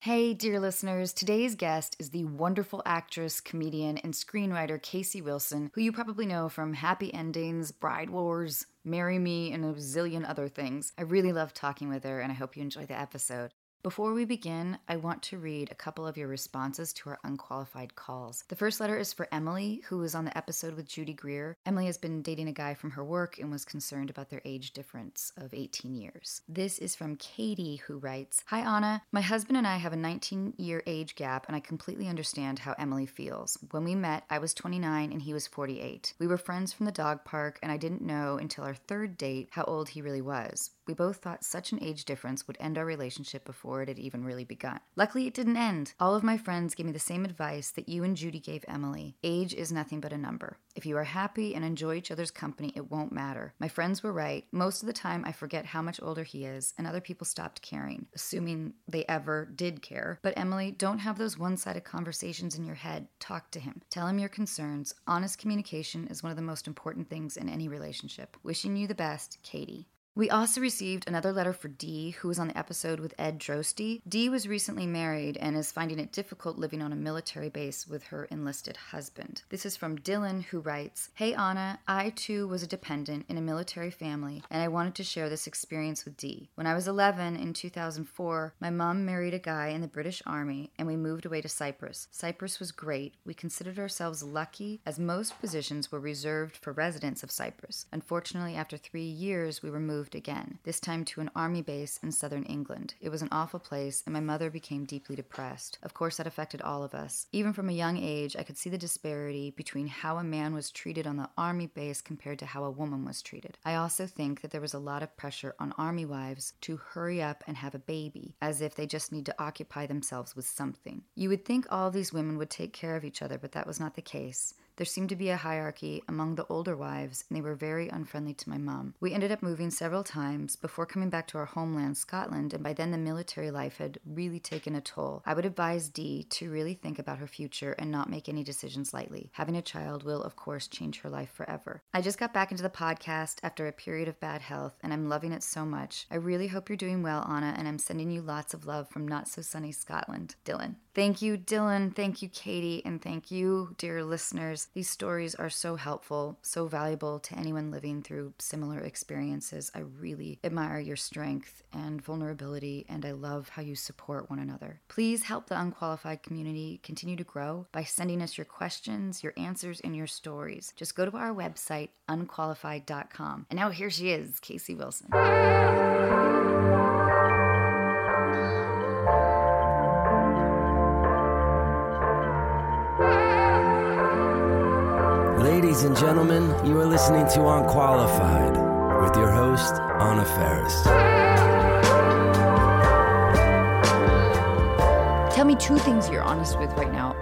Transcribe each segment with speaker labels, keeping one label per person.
Speaker 1: Hey, dear listeners, today's guest is the wonderful actress, comedian, and screenwriter Casey Wilson, who you probably know from Happy Endings, Bride Wars, Marry Me, and a zillion other things. I really love talking with her, and I hope you enjoy the episode. Before we begin, I want to read a couple of your responses to our unqualified calls. The first letter is for Emily, who was on the episode with Judy Greer. Emily has been dating a guy from her work and was concerned about their age difference of 18 years. This is from Katie, who writes Hi, Anna. My husband and I have a 19 year age gap, and I completely understand how Emily feels. When we met, I was 29 and he was 48. We were friends from the dog park, and I didn't know until our third date how old he really was. We both thought such an age difference would end our relationship before it had even really begun. Luckily, it didn't end. All of my friends gave me the same advice that you and Judy gave Emily age is nothing but a number. If you are happy and enjoy each other's company, it won't matter. My friends were right. Most of the time, I forget how much older he is, and other people stopped caring, assuming they ever did care. But Emily, don't have those one sided conversations in your head. Talk to him. Tell him your concerns. Honest communication is one of the most important things in any relationship. Wishing you the best, Katie. We also received another letter for Dee, who was on the episode with Ed Drosty. Dee was recently married and is finding it difficult living on a military base with her enlisted husband. This is from Dylan, who writes Hey Anna, I too was a dependent in a military family, and I wanted to share this experience with Dee. When I was 11 in 2004, my mom married a guy in the British Army, and we moved away to Cyprus. Cyprus was great. We considered ourselves lucky, as most positions were reserved for residents of Cyprus. Unfortunately, after three years, we were moved again, this time to an army base in southern England. It was an awful place, and my mother became deeply depressed. Of course, that affected all of us. Even from a young age, I could see the disparity between how a man was treated on the army base compared to how a woman was treated. I also think that there was a lot of pressure on army wives to hurry up and have a baby, as if they just need to occupy themselves with something. You would think all these women would take care of each other, but that was not the case. There seemed to be a hierarchy among the older wives, and they were very unfriendly to my mom. We ended up moving several times before coming back to our homeland, Scotland, and by then the military life had really taken a toll. I would advise Dee to really think about her future and not make any decisions lightly. Having a child will, of course, change her life forever. I just got back into the podcast after a period of bad health, and I'm loving it so much. I really hope you're doing well, Anna, and I'm sending you lots of love from not so sunny Scotland, Dylan. Thank you, Dylan. Thank you, Katie. And thank you, dear listeners. These stories are so helpful, so valuable to anyone living through similar experiences. I really admire your strength and vulnerability, and I love how you support one another. Please help the unqualified community continue to grow by sending us your questions, your answers, and your stories. Just go to our website, unqualified.com. And now here she is, Casey Wilson.
Speaker 2: Ladies and gentlemen, you are listening to Unqualified with your host, Anna Ferris.
Speaker 1: Tell me two things you're honest with right now.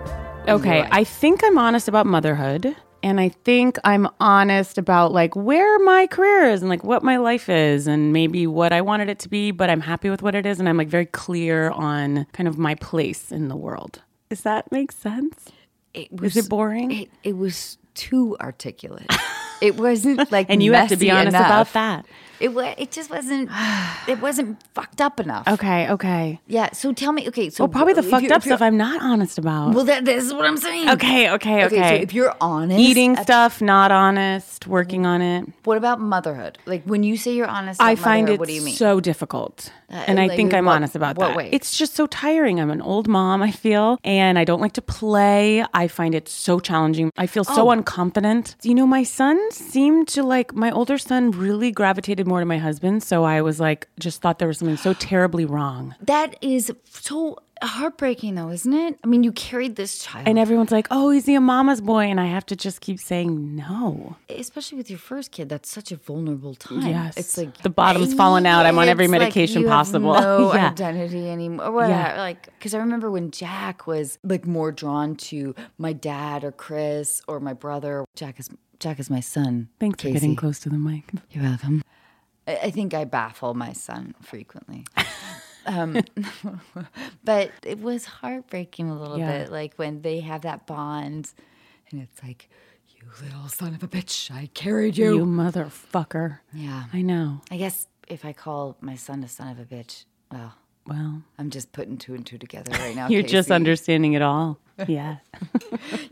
Speaker 1: in your
Speaker 3: Okay,
Speaker 1: life.
Speaker 3: I think I'm honest about motherhood, and I think I'm honest about like where my career is and like what my life is, and maybe what I wanted it to be, but I'm happy with what it is, and I'm like very clear on kind of my place in the world. Does that make sense?
Speaker 1: it
Speaker 3: Is it boring?
Speaker 1: It, it was too articulate. It wasn't like
Speaker 3: and you have to be
Speaker 1: messy
Speaker 3: honest
Speaker 1: enough.
Speaker 3: about that.
Speaker 1: It wa- it just wasn't it wasn't fucked up enough.
Speaker 3: Okay, okay.
Speaker 1: Yeah. So tell me. Okay. So
Speaker 3: Well, probably the
Speaker 1: if
Speaker 3: fucked
Speaker 1: you're-
Speaker 3: up
Speaker 1: if you're-
Speaker 3: stuff I'm not honest about.
Speaker 1: Well, that this is what I'm saying.
Speaker 3: okay, okay, okay.
Speaker 1: so if you're honest,
Speaker 3: Eating
Speaker 1: ab-
Speaker 3: stuff, not honest, working on it.
Speaker 1: What about motherhood? Like when you say you're honest,
Speaker 3: I
Speaker 1: about
Speaker 3: find
Speaker 1: motherhood,
Speaker 3: it
Speaker 1: what do you mean? Uh,
Speaker 3: so difficult. and I
Speaker 1: like,
Speaker 3: think I'm
Speaker 1: what-
Speaker 3: honest about
Speaker 1: what
Speaker 3: that.
Speaker 1: way?
Speaker 3: It's just so tiring. I'm an old mom, I feel, and I don't like to play. I find it so challenging. I feel
Speaker 1: Oh.
Speaker 3: so unconfident. You know, my son seemed to like my older son really gravitated more to my husband, so I was like just thought there was something so terribly wrong.
Speaker 1: that is so heartbreaking, though, isn't it? I mean, you carried this child,
Speaker 3: And everyone's like, "Oh, he's a mama's boy," and I have to just keep saying no.
Speaker 1: especially with your first kid. That's such a vulnerable time.
Speaker 3: Yes.
Speaker 1: It's like
Speaker 3: The bottom's falling out. I'm on every
Speaker 1: It's like
Speaker 3: medication
Speaker 1: you
Speaker 3: possible.
Speaker 1: Have no
Speaker 3: Yeah.
Speaker 1: identity anymore. Whatever.
Speaker 3: Yeah.
Speaker 1: Like, because I remember when Jack was like more drawn to my dad or Chris or my brother. Jack is Jack is my son.
Speaker 3: Thanks
Speaker 1: Casey.
Speaker 3: for getting close to the mic.
Speaker 1: You're welcome. I, I think I baffle my son frequently. um, but it was heartbreaking a little
Speaker 3: Yeah.
Speaker 1: bit, like when they have that bond, and it's like, "You little son of a bitch, I carried you."
Speaker 3: You motherfucker.
Speaker 1: Yeah.
Speaker 3: I know.
Speaker 1: I guess if I call my son a son of a bitch, well,
Speaker 3: Well,
Speaker 1: I'm just putting two and two together right now.
Speaker 3: you're just
Speaker 1: Oh, Casey.
Speaker 3: understanding it all. Yeah.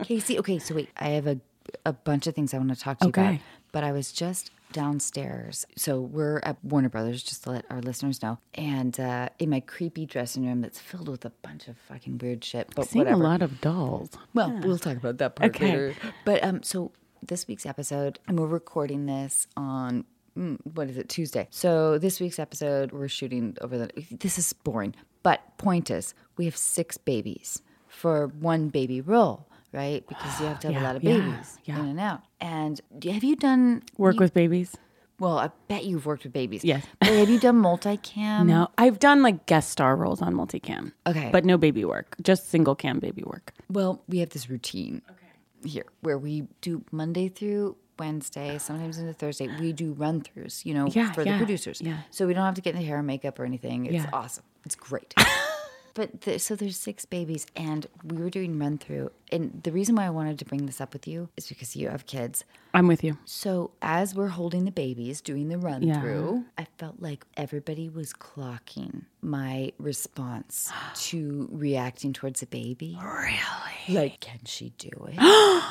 Speaker 1: Casey, okay, so wait, I have a a bunch of things I want to talk to you about.
Speaker 3: Okay.
Speaker 1: But I was just downstairs. So we're at Warner Brothers, just to let our listeners know. And uh, in my creepy dressing room that's filled with a bunch of fucking weird shit. But
Speaker 3: Seeing a
Speaker 1: whatever.
Speaker 3: lot of dolls.
Speaker 1: Well, we'll talk about that part
Speaker 3: Okay.
Speaker 1: later. But um, so this week's episode, and we're recording this on mm, what is it Tuesday? So this week's episode, we're shooting over the. This is boring, but point is, we have six babies for one baby role, right? Because you have to have a
Speaker 3: Yeah,
Speaker 1: lot of
Speaker 3: yeah,
Speaker 1: babies
Speaker 3: yeah.
Speaker 1: in and out. And do- have you done
Speaker 3: Work
Speaker 1: you-
Speaker 3: with babies?
Speaker 1: Well, I bet you've worked with babies.
Speaker 3: Yes.
Speaker 1: But have you done multicam?
Speaker 3: No, I've done like guest star roles on multicam.
Speaker 1: Um, Okay.
Speaker 3: But no baby work, just single cam baby work.
Speaker 1: Well, we have this routine here where we do Monday through Wednesday, sometimes into Thursday. We do run throughs, you know,
Speaker 3: Yeah,
Speaker 1: for the
Speaker 3: yeah,
Speaker 1: producers.
Speaker 3: yeah.
Speaker 1: So we don't have to get in the hair and makeup or anything. It's
Speaker 3: Yeah.
Speaker 1: awesome. It's great. but the, so there's six babies, and we were doing run through. And the reason why I wanted to bring this up with you is because you have kids.
Speaker 3: I'm with you.
Speaker 1: So as we're holding the babies, doing the run
Speaker 3: Yeah.
Speaker 1: through, I felt like everybody was clocking my response to reacting towards a baby. Really? Like, can she do it?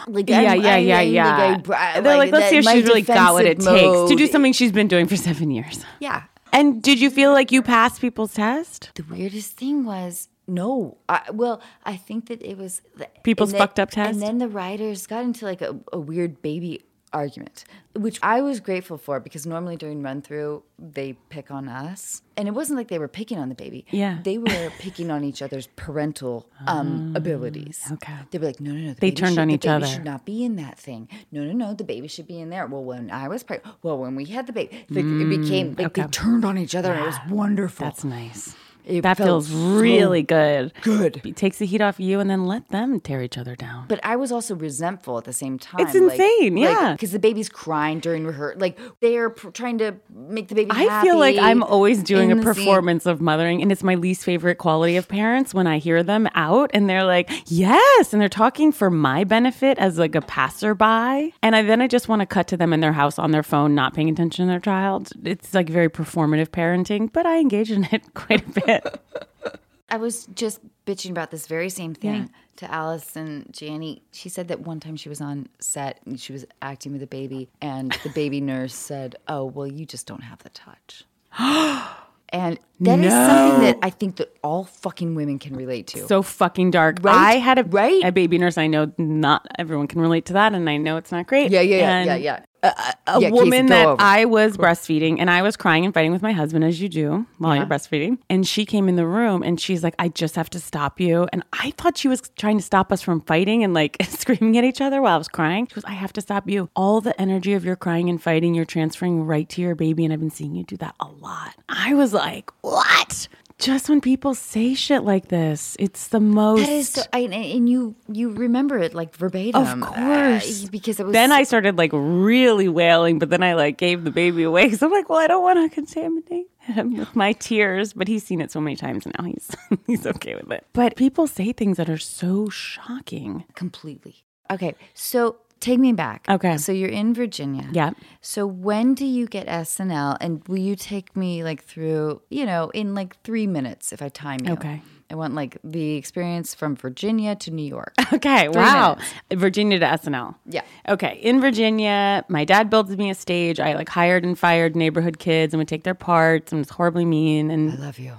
Speaker 1: like,
Speaker 3: Yeah,
Speaker 1: I'm-
Speaker 3: yeah,
Speaker 1: I'm-
Speaker 3: yeah,
Speaker 1: I'm
Speaker 3: yeah.
Speaker 1: like, I bra-
Speaker 3: They're like,
Speaker 1: like,
Speaker 3: let's
Speaker 1: that-
Speaker 3: see if
Speaker 1: my
Speaker 3: she's really got what it
Speaker 1: defensive
Speaker 3: takes to do
Speaker 1: mode-
Speaker 3: something she's been doing for seven years.
Speaker 1: Yeah.
Speaker 3: And did you feel like you passed people's test?
Speaker 1: The weirdest thing was no. I, well, I think that it was the,
Speaker 3: People's
Speaker 1: and then-
Speaker 3: fucked up test?
Speaker 1: and then the writers got into like a, a weird baby argument, which I was grateful for because normally during run through they pick on us, and it wasn't like they were picking on the baby.
Speaker 3: Yeah. Ah,
Speaker 1: they were picking on each other's parental um, abilities.
Speaker 3: okay.
Speaker 1: they were like, no, no, no. The
Speaker 3: They
Speaker 1: baby
Speaker 3: turned
Speaker 1: should,
Speaker 3: on
Speaker 1: the
Speaker 3: each
Speaker 1: baby
Speaker 3: other.
Speaker 1: Should not be in that thing. No, no, no. The baby should be in there. Well, when I was pregnant. Well, when we had the baby, like, it became like they
Speaker 3: Mm, okay.
Speaker 1: turned on each other. and It was wonderful.
Speaker 3: That's nice.
Speaker 1: It
Speaker 3: that
Speaker 1: felt
Speaker 3: feels
Speaker 1: so
Speaker 3: really good.
Speaker 1: good.
Speaker 3: It takes the heat off you and then let them tear each other down.
Speaker 1: But I was also resentful at the same time.
Speaker 3: It's insane, yeah.
Speaker 1: Because the baby's crying during rehearsal. Like they're pr- trying to make the baby.
Speaker 3: I feel like
Speaker 1: happy
Speaker 3: I'm always doing
Speaker 1: in
Speaker 3: a
Speaker 1: the scene.
Speaker 3: performance of mothering, and it's my least favorite quality of parents when I hear them out and they're like, "Yes," and they're talking for my benefit as like a passerby, and I then I just want to cut to them in their house on their phone, not paying attention to their child. It's like very performative parenting, but I engage in it quite a bit.
Speaker 1: I was just bitching about this very same thing to Alice and Janie. She said that one time she was on set and she was acting with a baby, and the baby nurse said, "Oh, well, you just don't have the touch." and that is something that I think that all fucking women can relate to.
Speaker 3: so fucking dark.
Speaker 1: Right?
Speaker 3: I had a,
Speaker 1: Right?
Speaker 3: a baby nurse. I know not everyone can relate to that, and I know it's not great.
Speaker 1: yeah, yeah, yeah,
Speaker 3: And
Speaker 1: yeah, yeah.
Speaker 3: a
Speaker 1: Yeah, Casey,
Speaker 3: woman
Speaker 1: go
Speaker 3: that
Speaker 1: over.
Speaker 3: I was breastfeeding and I was crying and fighting with my husband as you do while you're breastfeeding. And she came in the room and she's like, I just have to stop you. And I thought she was trying to stop us from fighting and like screaming at each other while I was crying. She goes, I have to stop you. All the energy of your crying and fighting, you're transferring right to your baby. And I've been seeing you do that a lot. I was like, What? Just when people say shit like this, it's the most.
Speaker 1: That is, so, I, and you you remember it like verbatim,
Speaker 3: Of
Speaker 1: uh,
Speaker 3: course.
Speaker 1: because it was.
Speaker 3: then I started like really wailing, but then I like gave the baby away because I'm like, well, I don't want to contaminate him with my tears. But he's seen it so many times now; he's he's okay with it. But people say things that are so shocking.
Speaker 1: completely okay. So take me back.
Speaker 3: Okay.
Speaker 1: so you're in Virginia.
Speaker 3: Yeah.
Speaker 1: So when do you get SNL, and will you take me like through? You know, in like three minutes, if I time you.
Speaker 3: Okay.
Speaker 1: I want like the experience from Virginia to New York.
Speaker 3: Okay, wow.
Speaker 1: minutes.
Speaker 3: Virginia to SNL.
Speaker 1: Yeah.
Speaker 3: Okay, in Virginia, my dad builds me a stage. I like hired and fired neighborhood kids and would take their parts and was horribly mean and
Speaker 1: I love you.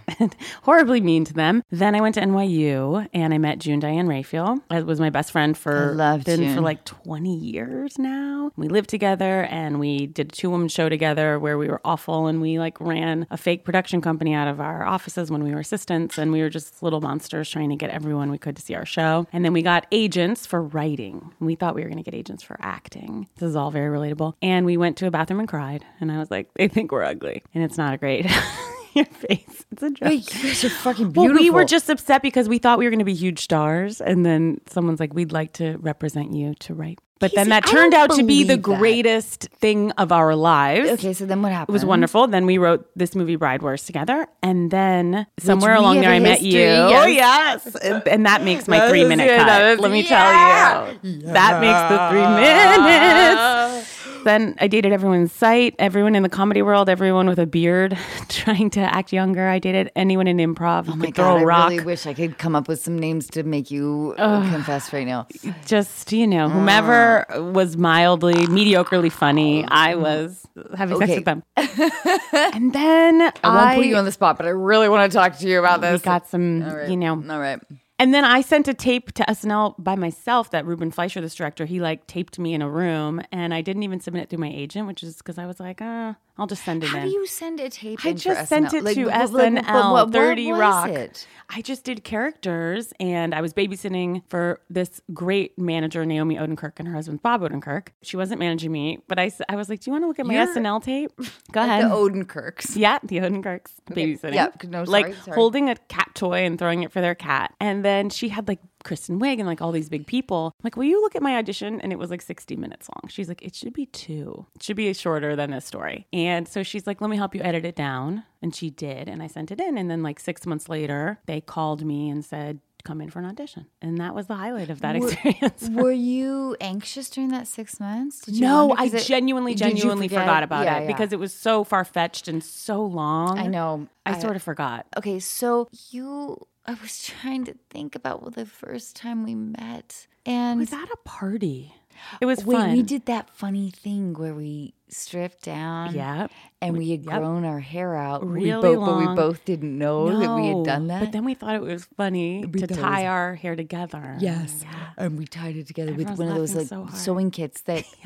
Speaker 3: horribly mean to them. Then I went to NYU and I met June Diane Raphael. I was my best friend for
Speaker 1: I love
Speaker 3: been
Speaker 1: June.
Speaker 3: for like 20 years now. We lived together and we did a two-woman show together where we were awful and we like ran a fake production company out of our offices when we were assistants and we were just little monsters trying to get everyone we could to see our show. And then we got agents for writing. We thought we were going to get agents for acting. This is all very relatable. And we went to a bathroom and cried and I was like, they think we're ugly and it's not a great your face. It's a joke.
Speaker 1: Wait, you guys are fucking
Speaker 3: Well,
Speaker 1: beautiful.
Speaker 3: we were just upset because we thought we were going to be huge stars, and then someone's like, "We'd like to represent you to write." But
Speaker 1: Casey,
Speaker 3: then that
Speaker 1: I
Speaker 3: turned
Speaker 1: don't
Speaker 3: out to be the
Speaker 1: believe that.
Speaker 3: greatest thing of our lives.
Speaker 1: okay. So then what happened?
Speaker 3: It was wonderful. Then we wrote this movie, Bride Wars, together, and then somewhere
Speaker 1: we
Speaker 3: along
Speaker 1: have
Speaker 3: there,
Speaker 1: a
Speaker 3: I met you.
Speaker 1: history, yes.
Speaker 3: Oh yes, and, and that makes my three minute
Speaker 1: good.
Speaker 3: cut. Let me tell you, that makes the three minutes. Then I dated everyone in sight, everyone in the comedy world, everyone with a beard trying to act younger. I dated anyone in improv.
Speaker 1: Oh my god! I really wish I could come up with some names to make you confess right now.
Speaker 3: just you
Speaker 1: Oh.
Speaker 3: know whomever was mildly mediocrely funny i was having sex
Speaker 1: Oh. Okay.
Speaker 3: with them and then i,
Speaker 1: I won't put you on the spot, but I really want to talk to you about
Speaker 3: we
Speaker 1: this.
Speaker 3: got some you know
Speaker 1: All right.
Speaker 3: and then i sent a tape to snl by myself that ruben fleischer this director he like taped me in a room and i didn't even submit it through my agent which is because i was like uh, i'll just send it
Speaker 1: How
Speaker 3: in
Speaker 1: do you send a tape?
Speaker 3: I
Speaker 1: in for
Speaker 3: just sent
Speaker 1: SNL?
Speaker 3: it to
Speaker 1: but- but- but- but
Speaker 3: SNL,
Speaker 1: what- what
Speaker 3: 30
Speaker 1: was
Speaker 3: Rock.
Speaker 1: it?
Speaker 3: I just did characters and I was babysitting for this great manager, Naomi Odenkirk, and her husband, Bob Odenkirk. She wasn't managing me, but I, s- I was like, Do you want to look at my
Speaker 1: You're-
Speaker 3: SNL tape? Go
Speaker 1: The
Speaker 3: ahead.
Speaker 1: Odenkirks.
Speaker 3: yeah, the Odenkirks babysitting.
Speaker 1: yeah, no, sorry,
Speaker 3: like
Speaker 1: sorry.
Speaker 3: holding a cat toy and throwing it for their cat. And then she had like Kristen Wiig and like all these big people. I'm like, will you look at my audition? And it was like 60 minutes long. She's like, it should be two. It should be shorter than this story. And so she's like, let me help you edit it down. And she did. And I sent it in. And then like six months later, they called me and said, come in for an audition. And that was the highlight of that experience.
Speaker 1: Were you anxious during that six months? Did you
Speaker 3: No,
Speaker 1: wonder-
Speaker 3: I
Speaker 1: 'cause it-
Speaker 3: genuinely,
Speaker 1: did you
Speaker 3: genuinely
Speaker 1: forget?
Speaker 3: forgot about
Speaker 1: Yeah,
Speaker 3: it
Speaker 1: yeah.
Speaker 3: because it was so far fetched and so long.
Speaker 1: I know.
Speaker 3: I sort of forgot.
Speaker 1: Okay, so you, I was trying to think about the first time we met, and
Speaker 3: Was that a party? It was
Speaker 1: wait,
Speaker 3: fun.
Speaker 1: we did that funny thing where we stripped down,
Speaker 3: Yeah.
Speaker 1: and we had grown our hair out. we
Speaker 3: Really
Speaker 1: both, but we
Speaker 3: long.
Speaker 1: both didn't know that we had done
Speaker 3: No,
Speaker 1: that.
Speaker 3: But then we thought it was funny to
Speaker 1: thought it
Speaker 3: tie our hair together.
Speaker 1: Yes. And we tied it together
Speaker 3: Everyone's
Speaker 1: with one of those like
Speaker 3: laughing so hard.
Speaker 1: sewing kits that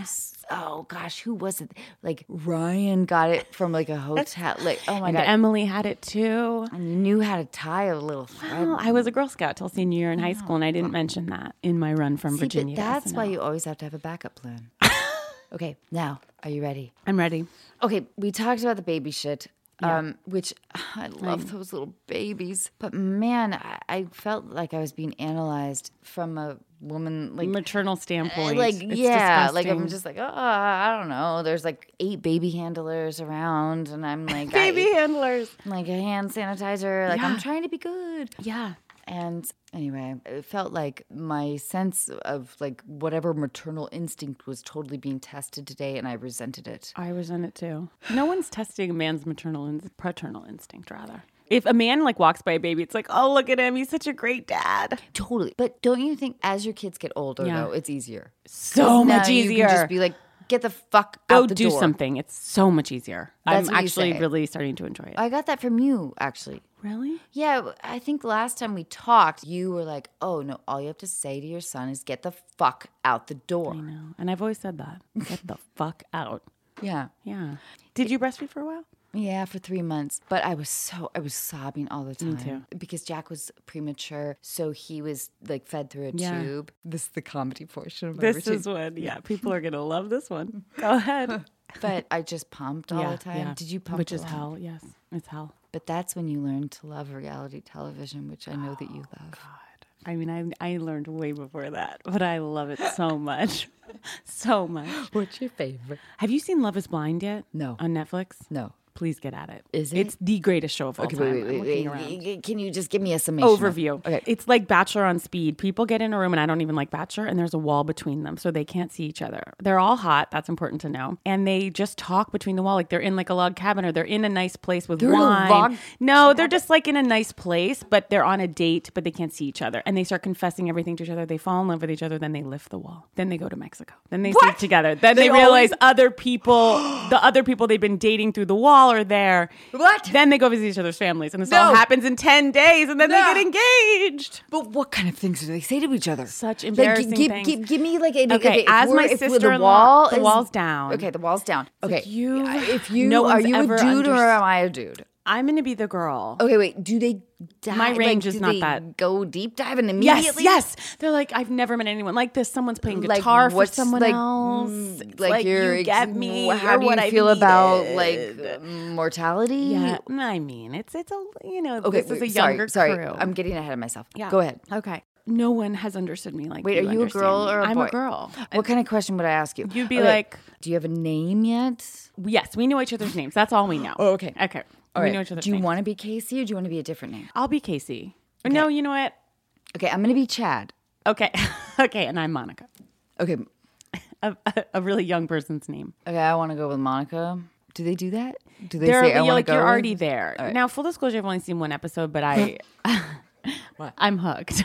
Speaker 1: oh gosh, who was it? Like Ryan got it from like a hotel. Like, oh my
Speaker 3: And
Speaker 1: god.
Speaker 3: Emily had it too.
Speaker 1: and you knew how to tie a little thread.
Speaker 3: Well, I was a Girl Scout till senior year in high school, and I didn't mention that in my run from
Speaker 1: See,
Speaker 3: Virginia.
Speaker 1: but
Speaker 3: to
Speaker 1: that's why
Speaker 3: SNL.
Speaker 1: you always have to have a backup plan. okay, now are you ready?
Speaker 3: I'm ready.
Speaker 1: Okay, we talked about the baby shit. Um, which I love those little babies, but man, I, I felt like I was being analyzed from a woman like
Speaker 3: Maternal standpoint.
Speaker 1: like
Speaker 3: it's
Speaker 1: yeah like i'm
Speaker 3: disgusting.
Speaker 1: just like oh i don't know there's like eight baby handlers around and i'm like
Speaker 3: baby
Speaker 1: I,
Speaker 3: handlers.
Speaker 1: like a hand sanitizer like i'm
Speaker 3: Yeah.
Speaker 1: trying to be good
Speaker 3: Yeah.
Speaker 1: and anyway it felt like my sense of like whatever maternal instinct was totally being tested today and i resented it
Speaker 3: I resent it too. No one's testing a man's maternal and paternal instinct, rather. If a man like walks by a baby, it's like, oh, look at him. He's such a great dad.
Speaker 1: totally but don't you think as your kids get older
Speaker 3: Yeah.
Speaker 1: though it's easier
Speaker 3: So
Speaker 1: Now
Speaker 3: much easier.
Speaker 1: you can just be like get the fuck
Speaker 3: go
Speaker 1: out the
Speaker 3: Oh, do
Speaker 1: door.
Speaker 3: something. It's so much easier.
Speaker 1: That's
Speaker 3: I'm
Speaker 1: what you
Speaker 3: actually
Speaker 1: say.
Speaker 3: really starting to enjoy it.
Speaker 1: i got that from you actually
Speaker 3: really?
Speaker 1: Yeah, w- I think last time we talked, you were like, "Oh no, all you have to say to your son is get the fuck out the door."
Speaker 3: No. And I've always said that. Get the fuck out.
Speaker 1: Yeah.
Speaker 3: Yeah. Did you breastfeed for a while?
Speaker 1: Yeah, for 3 months, but I was so I was sobbing all the time because Jack was premature, so he was like fed through a
Speaker 3: Yeah.
Speaker 1: tube. This is the comedy portion of my
Speaker 3: This
Speaker 1: routine.
Speaker 3: is one. Yeah. People are going to love this one. Go ahead.
Speaker 1: but I just pumped all the time. Did you pump
Speaker 3: Which
Speaker 1: a
Speaker 3: is
Speaker 1: lot?
Speaker 3: hell. Yes. It's hell.
Speaker 1: But that's when you learn to love reality television, which I know that you love.
Speaker 3: I mean, I, I learned way before that, but I love it so much. so much.
Speaker 1: What's your favorite?
Speaker 3: Have you seen Love is Blind yet?
Speaker 1: No.
Speaker 3: On Netflix?
Speaker 1: No.
Speaker 3: Please get at it.
Speaker 1: Is it?
Speaker 3: It's the greatest show of all time. I'm looking around.
Speaker 1: Can you just give me a summation? of-
Speaker 3: overview.
Speaker 1: Okay.
Speaker 3: It's like Bachelor on speed. People get in a room, and I don't even like Bachelor, and there's a wall between them, so they can't see each other. They're all hot. That's important to know. And they just talk between the wall, like they're in like a log cabin or they're in a nice place with
Speaker 1: in a
Speaker 3: wine.
Speaker 1: log
Speaker 3: no, they're just like in a nice place, but they're on a date, but they can't see each other, and they start confessing everything to each other. They fall in love with each other, then they lift the wall. Then they go to Mexico. Then they sleep together. Then they,
Speaker 1: They
Speaker 3: realize
Speaker 1: always-
Speaker 3: other people, the other people they've been dating through the wall, are there.
Speaker 1: What?
Speaker 3: Then they go visit each other's families, and this all
Speaker 1: No.
Speaker 3: happens in ten days, and then
Speaker 1: No.
Speaker 3: they get engaged.
Speaker 1: But what kind of things do they say to each other?
Speaker 3: Such
Speaker 1: Like,
Speaker 3: embarrassing
Speaker 1: give,
Speaker 3: things.
Speaker 1: Give, give me like an
Speaker 3: Okay,
Speaker 1: if
Speaker 3: as
Speaker 1: we're-
Speaker 3: my
Speaker 1: if we're- the
Speaker 3: sister-in-law,
Speaker 1: wall
Speaker 3: the
Speaker 1: is-
Speaker 3: wall's down.
Speaker 1: Okay, the wall's down. Okay,
Speaker 3: you-
Speaker 1: If you
Speaker 3: no
Speaker 1: are
Speaker 3: one's
Speaker 1: you a Oh,
Speaker 3: ever
Speaker 1: dude or
Speaker 3: underst-
Speaker 1: am I a dude?
Speaker 3: I'm gonna be the girl.
Speaker 1: Okay, wait. Do they? Dive,
Speaker 3: My
Speaker 1: like,
Speaker 3: range
Speaker 1: do
Speaker 3: is not
Speaker 1: they
Speaker 3: that-
Speaker 1: Go deep dive and
Speaker 3: Yes,
Speaker 1: immediately.
Speaker 3: yes. They're like, I've never met anyone like this. Someone's playing
Speaker 1: Like
Speaker 3: guitar for
Speaker 1: what's-
Speaker 3: someone
Speaker 1: like,
Speaker 3: else.
Speaker 1: mm,
Speaker 3: It's
Speaker 1: like, your
Speaker 3: you
Speaker 1: ex- mm,
Speaker 3: get me.
Speaker 1: How
Speaker 3: you're
Speaker 1: do you
Speaker 3: what I
Speaker 1: feel about
Speaker 3: needed.
Speaker 1: like mortality?
Speaker 3: Yeah, I mean, it's it's a you know,
Speaker 1: Okay,
Speaker 3: this is a
Speaker 1: wait,
Speaker 3: younger
Speaker 1: sorry,
Speaker 3: crew.
Speaker 1: Sorry, I'm getting ahead of myself.
Speaker 3: Yeah.
Speaker 1: Go ahead.
Speaker 3: Okay. No one has understood me like.
Speaker 1: Wait, are you a
Speaker 3: understand
Speaker 1: girl
Speaker 3: me.
Speaker 1: or a
Speaker 3: I'm
Speaker 1: boy?
Speaker 3: a girl.
Speaker 1: What kind of question would I ask you?
Speaker 3: You'd be
Speaker 1: Okay,
Speaker 3: like-
Speaker 1: do you have a name yet?
Speaker 3: Yes, we know each other's names. That's all we know.
Speaker 1: Oh, okay.
Speaker 3: Okay.
Speaker 1: All
Speaker 3: we
Speaker 1: right.
Speaker 3: know each other's
Speaker 1: Do you
Speaker 3: names.
Speaker 1: want to be Casey or do you want to be a different name?
Speaker 3: I'll be Casey. No, you know what?
Speaker 1: Okay, I'm gonna be Chad.
Speaker 3: Okay. okay, and I'm Monica.
Speaker 1: Okay,
Speaker 3: a, a- a really young person's name.
Speaker 1: Okay, I want to go with Monica. Do they do that? Do they
Speaker 3: They're
Speaker 1: say I
Speaker 3: you're
Speaker 1: want
Speaker 3: like
Speaker 1: to go?
Speaker 3: you're
Speaker 1: with-"
Speaker 3: already there. Now, full disclosure, I've only seen one episode, but I, I'm hooked.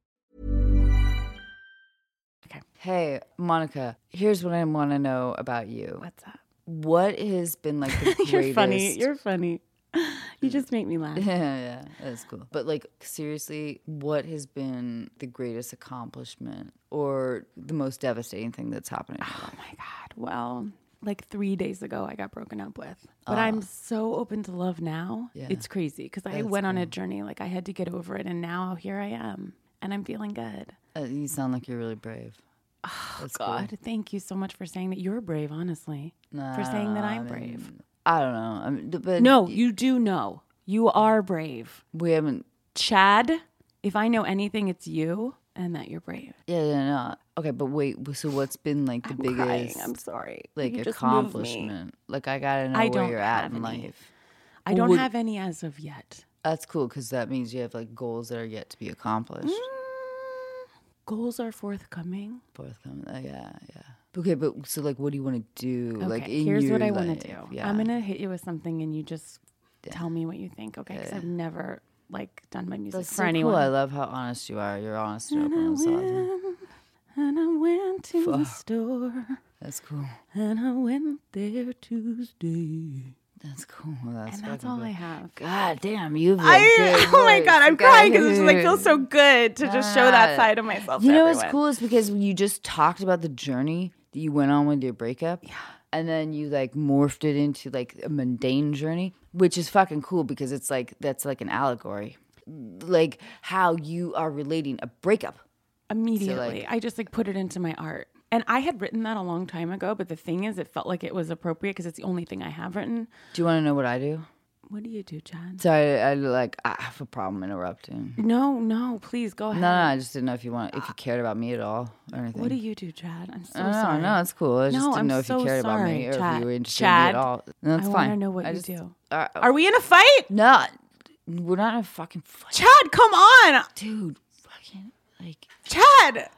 Speaker 1: Hey, Monica. Here's what I want to know about you.
Speaker 3: What's up?
Speaker 1: What has been like the greatest?
Speaker 3: You're funny. You're funny. You just make me laugh.
Speaker 1: yeah, that's cool. But like seriously, what has been the greatest accomplishment or the most devastating thing that's happened in your life?
Speaker 3: Oh my God. Well, like three days ago, I got broken up with. But I'm so open to love now.
Speaker 1: Yeah.
Speaker 3: It's crazy because I went on a journey. Like I had to get over it. And now here I am. And I'm feeling good.
Speaker 1: Uh, you sound like you're really brave. Oh
Speaker 3: God, thank you so much for saying that you're brave, honestly. for saying that I'm brave.
Speaker 1: I don't know. I mean, th- but
Speaker 3: No, you do know. You are brave.
Speaker 1: we haven't.
Speaker 3: Chad, if I know anything, it's you and that you're brave.
Speaker 1: Yeah, yeah, no. Okay, but wait. So what's been like the
Speaker 3: I'm
Speaker 1: biggest
Speaker 3: crying. I'm sorry.
Speaker 1: like
Speaker 3: You just moved me.
Speaker 1: accomplishment? Like I gotta know
Speaker 3: I
Speaker 1: where
Speaker 3: don't
Speaker 1: you're at
Speaker 3: have
Speaker 1: in
Speaker 3: any.
Speaker 1: life.
Speaker 3: I don't
Speaker 1: Would-
Speaker 3: have any as of yet.
Speaker 1: That's cool because that means you have like goals that are yet to be accomplished.
Speaker 3: Goals are forthcoming.
Speaker 1: Forthcoming. Uh, yeah, yeah. Okay, but so like, what do you want to do?
Speaker 3: Okay,
Speaker 1: like, in
Speaker 3: here's
Speaker 1: your
Speaker 3: what I
Speaker 1: want
Speaker 3: to do.
Speaker 1: Yeah.
Speaker 3: I'm gonna hit you with something, and you just tell me what you think. Okay, because I've never like done my music
Speaker 1: That's
Speaker 3: for
Speaker 1: so
Speaker 3: anyone.
Speaker 1: cool. I love how honest you are. You're honest and open. That's awesome.
Speaker 3: And I went to the store,
Speaker 1: That's cool.
Speaker 3: and I went there Tuesday,
Speaker 1: That's cool. That's
Speaker 3: and that's
Speaker 1: fucking
Speaker 3: all
Speaker 1: cool.
Speaker 3: I have.
Speaker 1: God damn, you've been
Speaker 3: I,
Speaker 1: good
Speaker 3: oh my
Speaker 1: voice.
Speaker 3: god, I'm
Speaker 1: Good.
Speaker 3: crying because it just like feels so good to just show that
Speaker 1: God.
Speaker 3: side of myself.
Speaker 1: You
Speaker 3: to
Speaker 1: know what's
Speaker 3: everyone.
Speaker 1: cool is because when you just talked about the journey that you went on with your breakup, yeah. and then you like morphed it into like a mundane journey, which is fucking cool because it's like that's like an allegory, like how you are relating a breakup.
Speaker 3: immediately. I just like put it into my art. And I had written that a long time ago, but the thing is, it felt like it was appropriate because it's the only thing I have written.
Speaker 1: Do you want to know what I do?
Speaker 3: What do you do, John?
Speaker 1: So I, I like I have a problem interrupting.
Speaker 3: No, no, please go
Speaker 1: No,
Speaker 3: ahead.
Speaker 1: no, I just didn't know if you want if you cared about me at all or anything.
Speaker 3: What do you do, Chad? I'm so
Speaker 1: I don't know,
Speaker 3: sorry.
Speaker 1: Oh, No, it's cool. I just
Speaker 3: No,
Speaker 1: didn't
Speaker 3: I'm
Speaker 1: know if
Speaker 3: so
Speaker 1: you cared about
Speaker 3: sorry,
Speaker 1: me or if
Speaker 3: Chad.
Speaker 1: you were interested
Speaker 3: Chad,
Speaker 1: in me at all. No, that's
Speaker 3: I
Speaker 1: fine.
Speaker 3: wanna know what
Speaker 1: I
Speaker 3: you
Speaker 1: just,
Speaker 3: do.
Speaker 1: Uh,
Speaker 3: Are we in a fight?
Speaker 1: no, we're not in a fucking fight,
Speaker 3: Chad, come on.
Speaker 1: dude. Fucking like,
Speaker 3: Chad.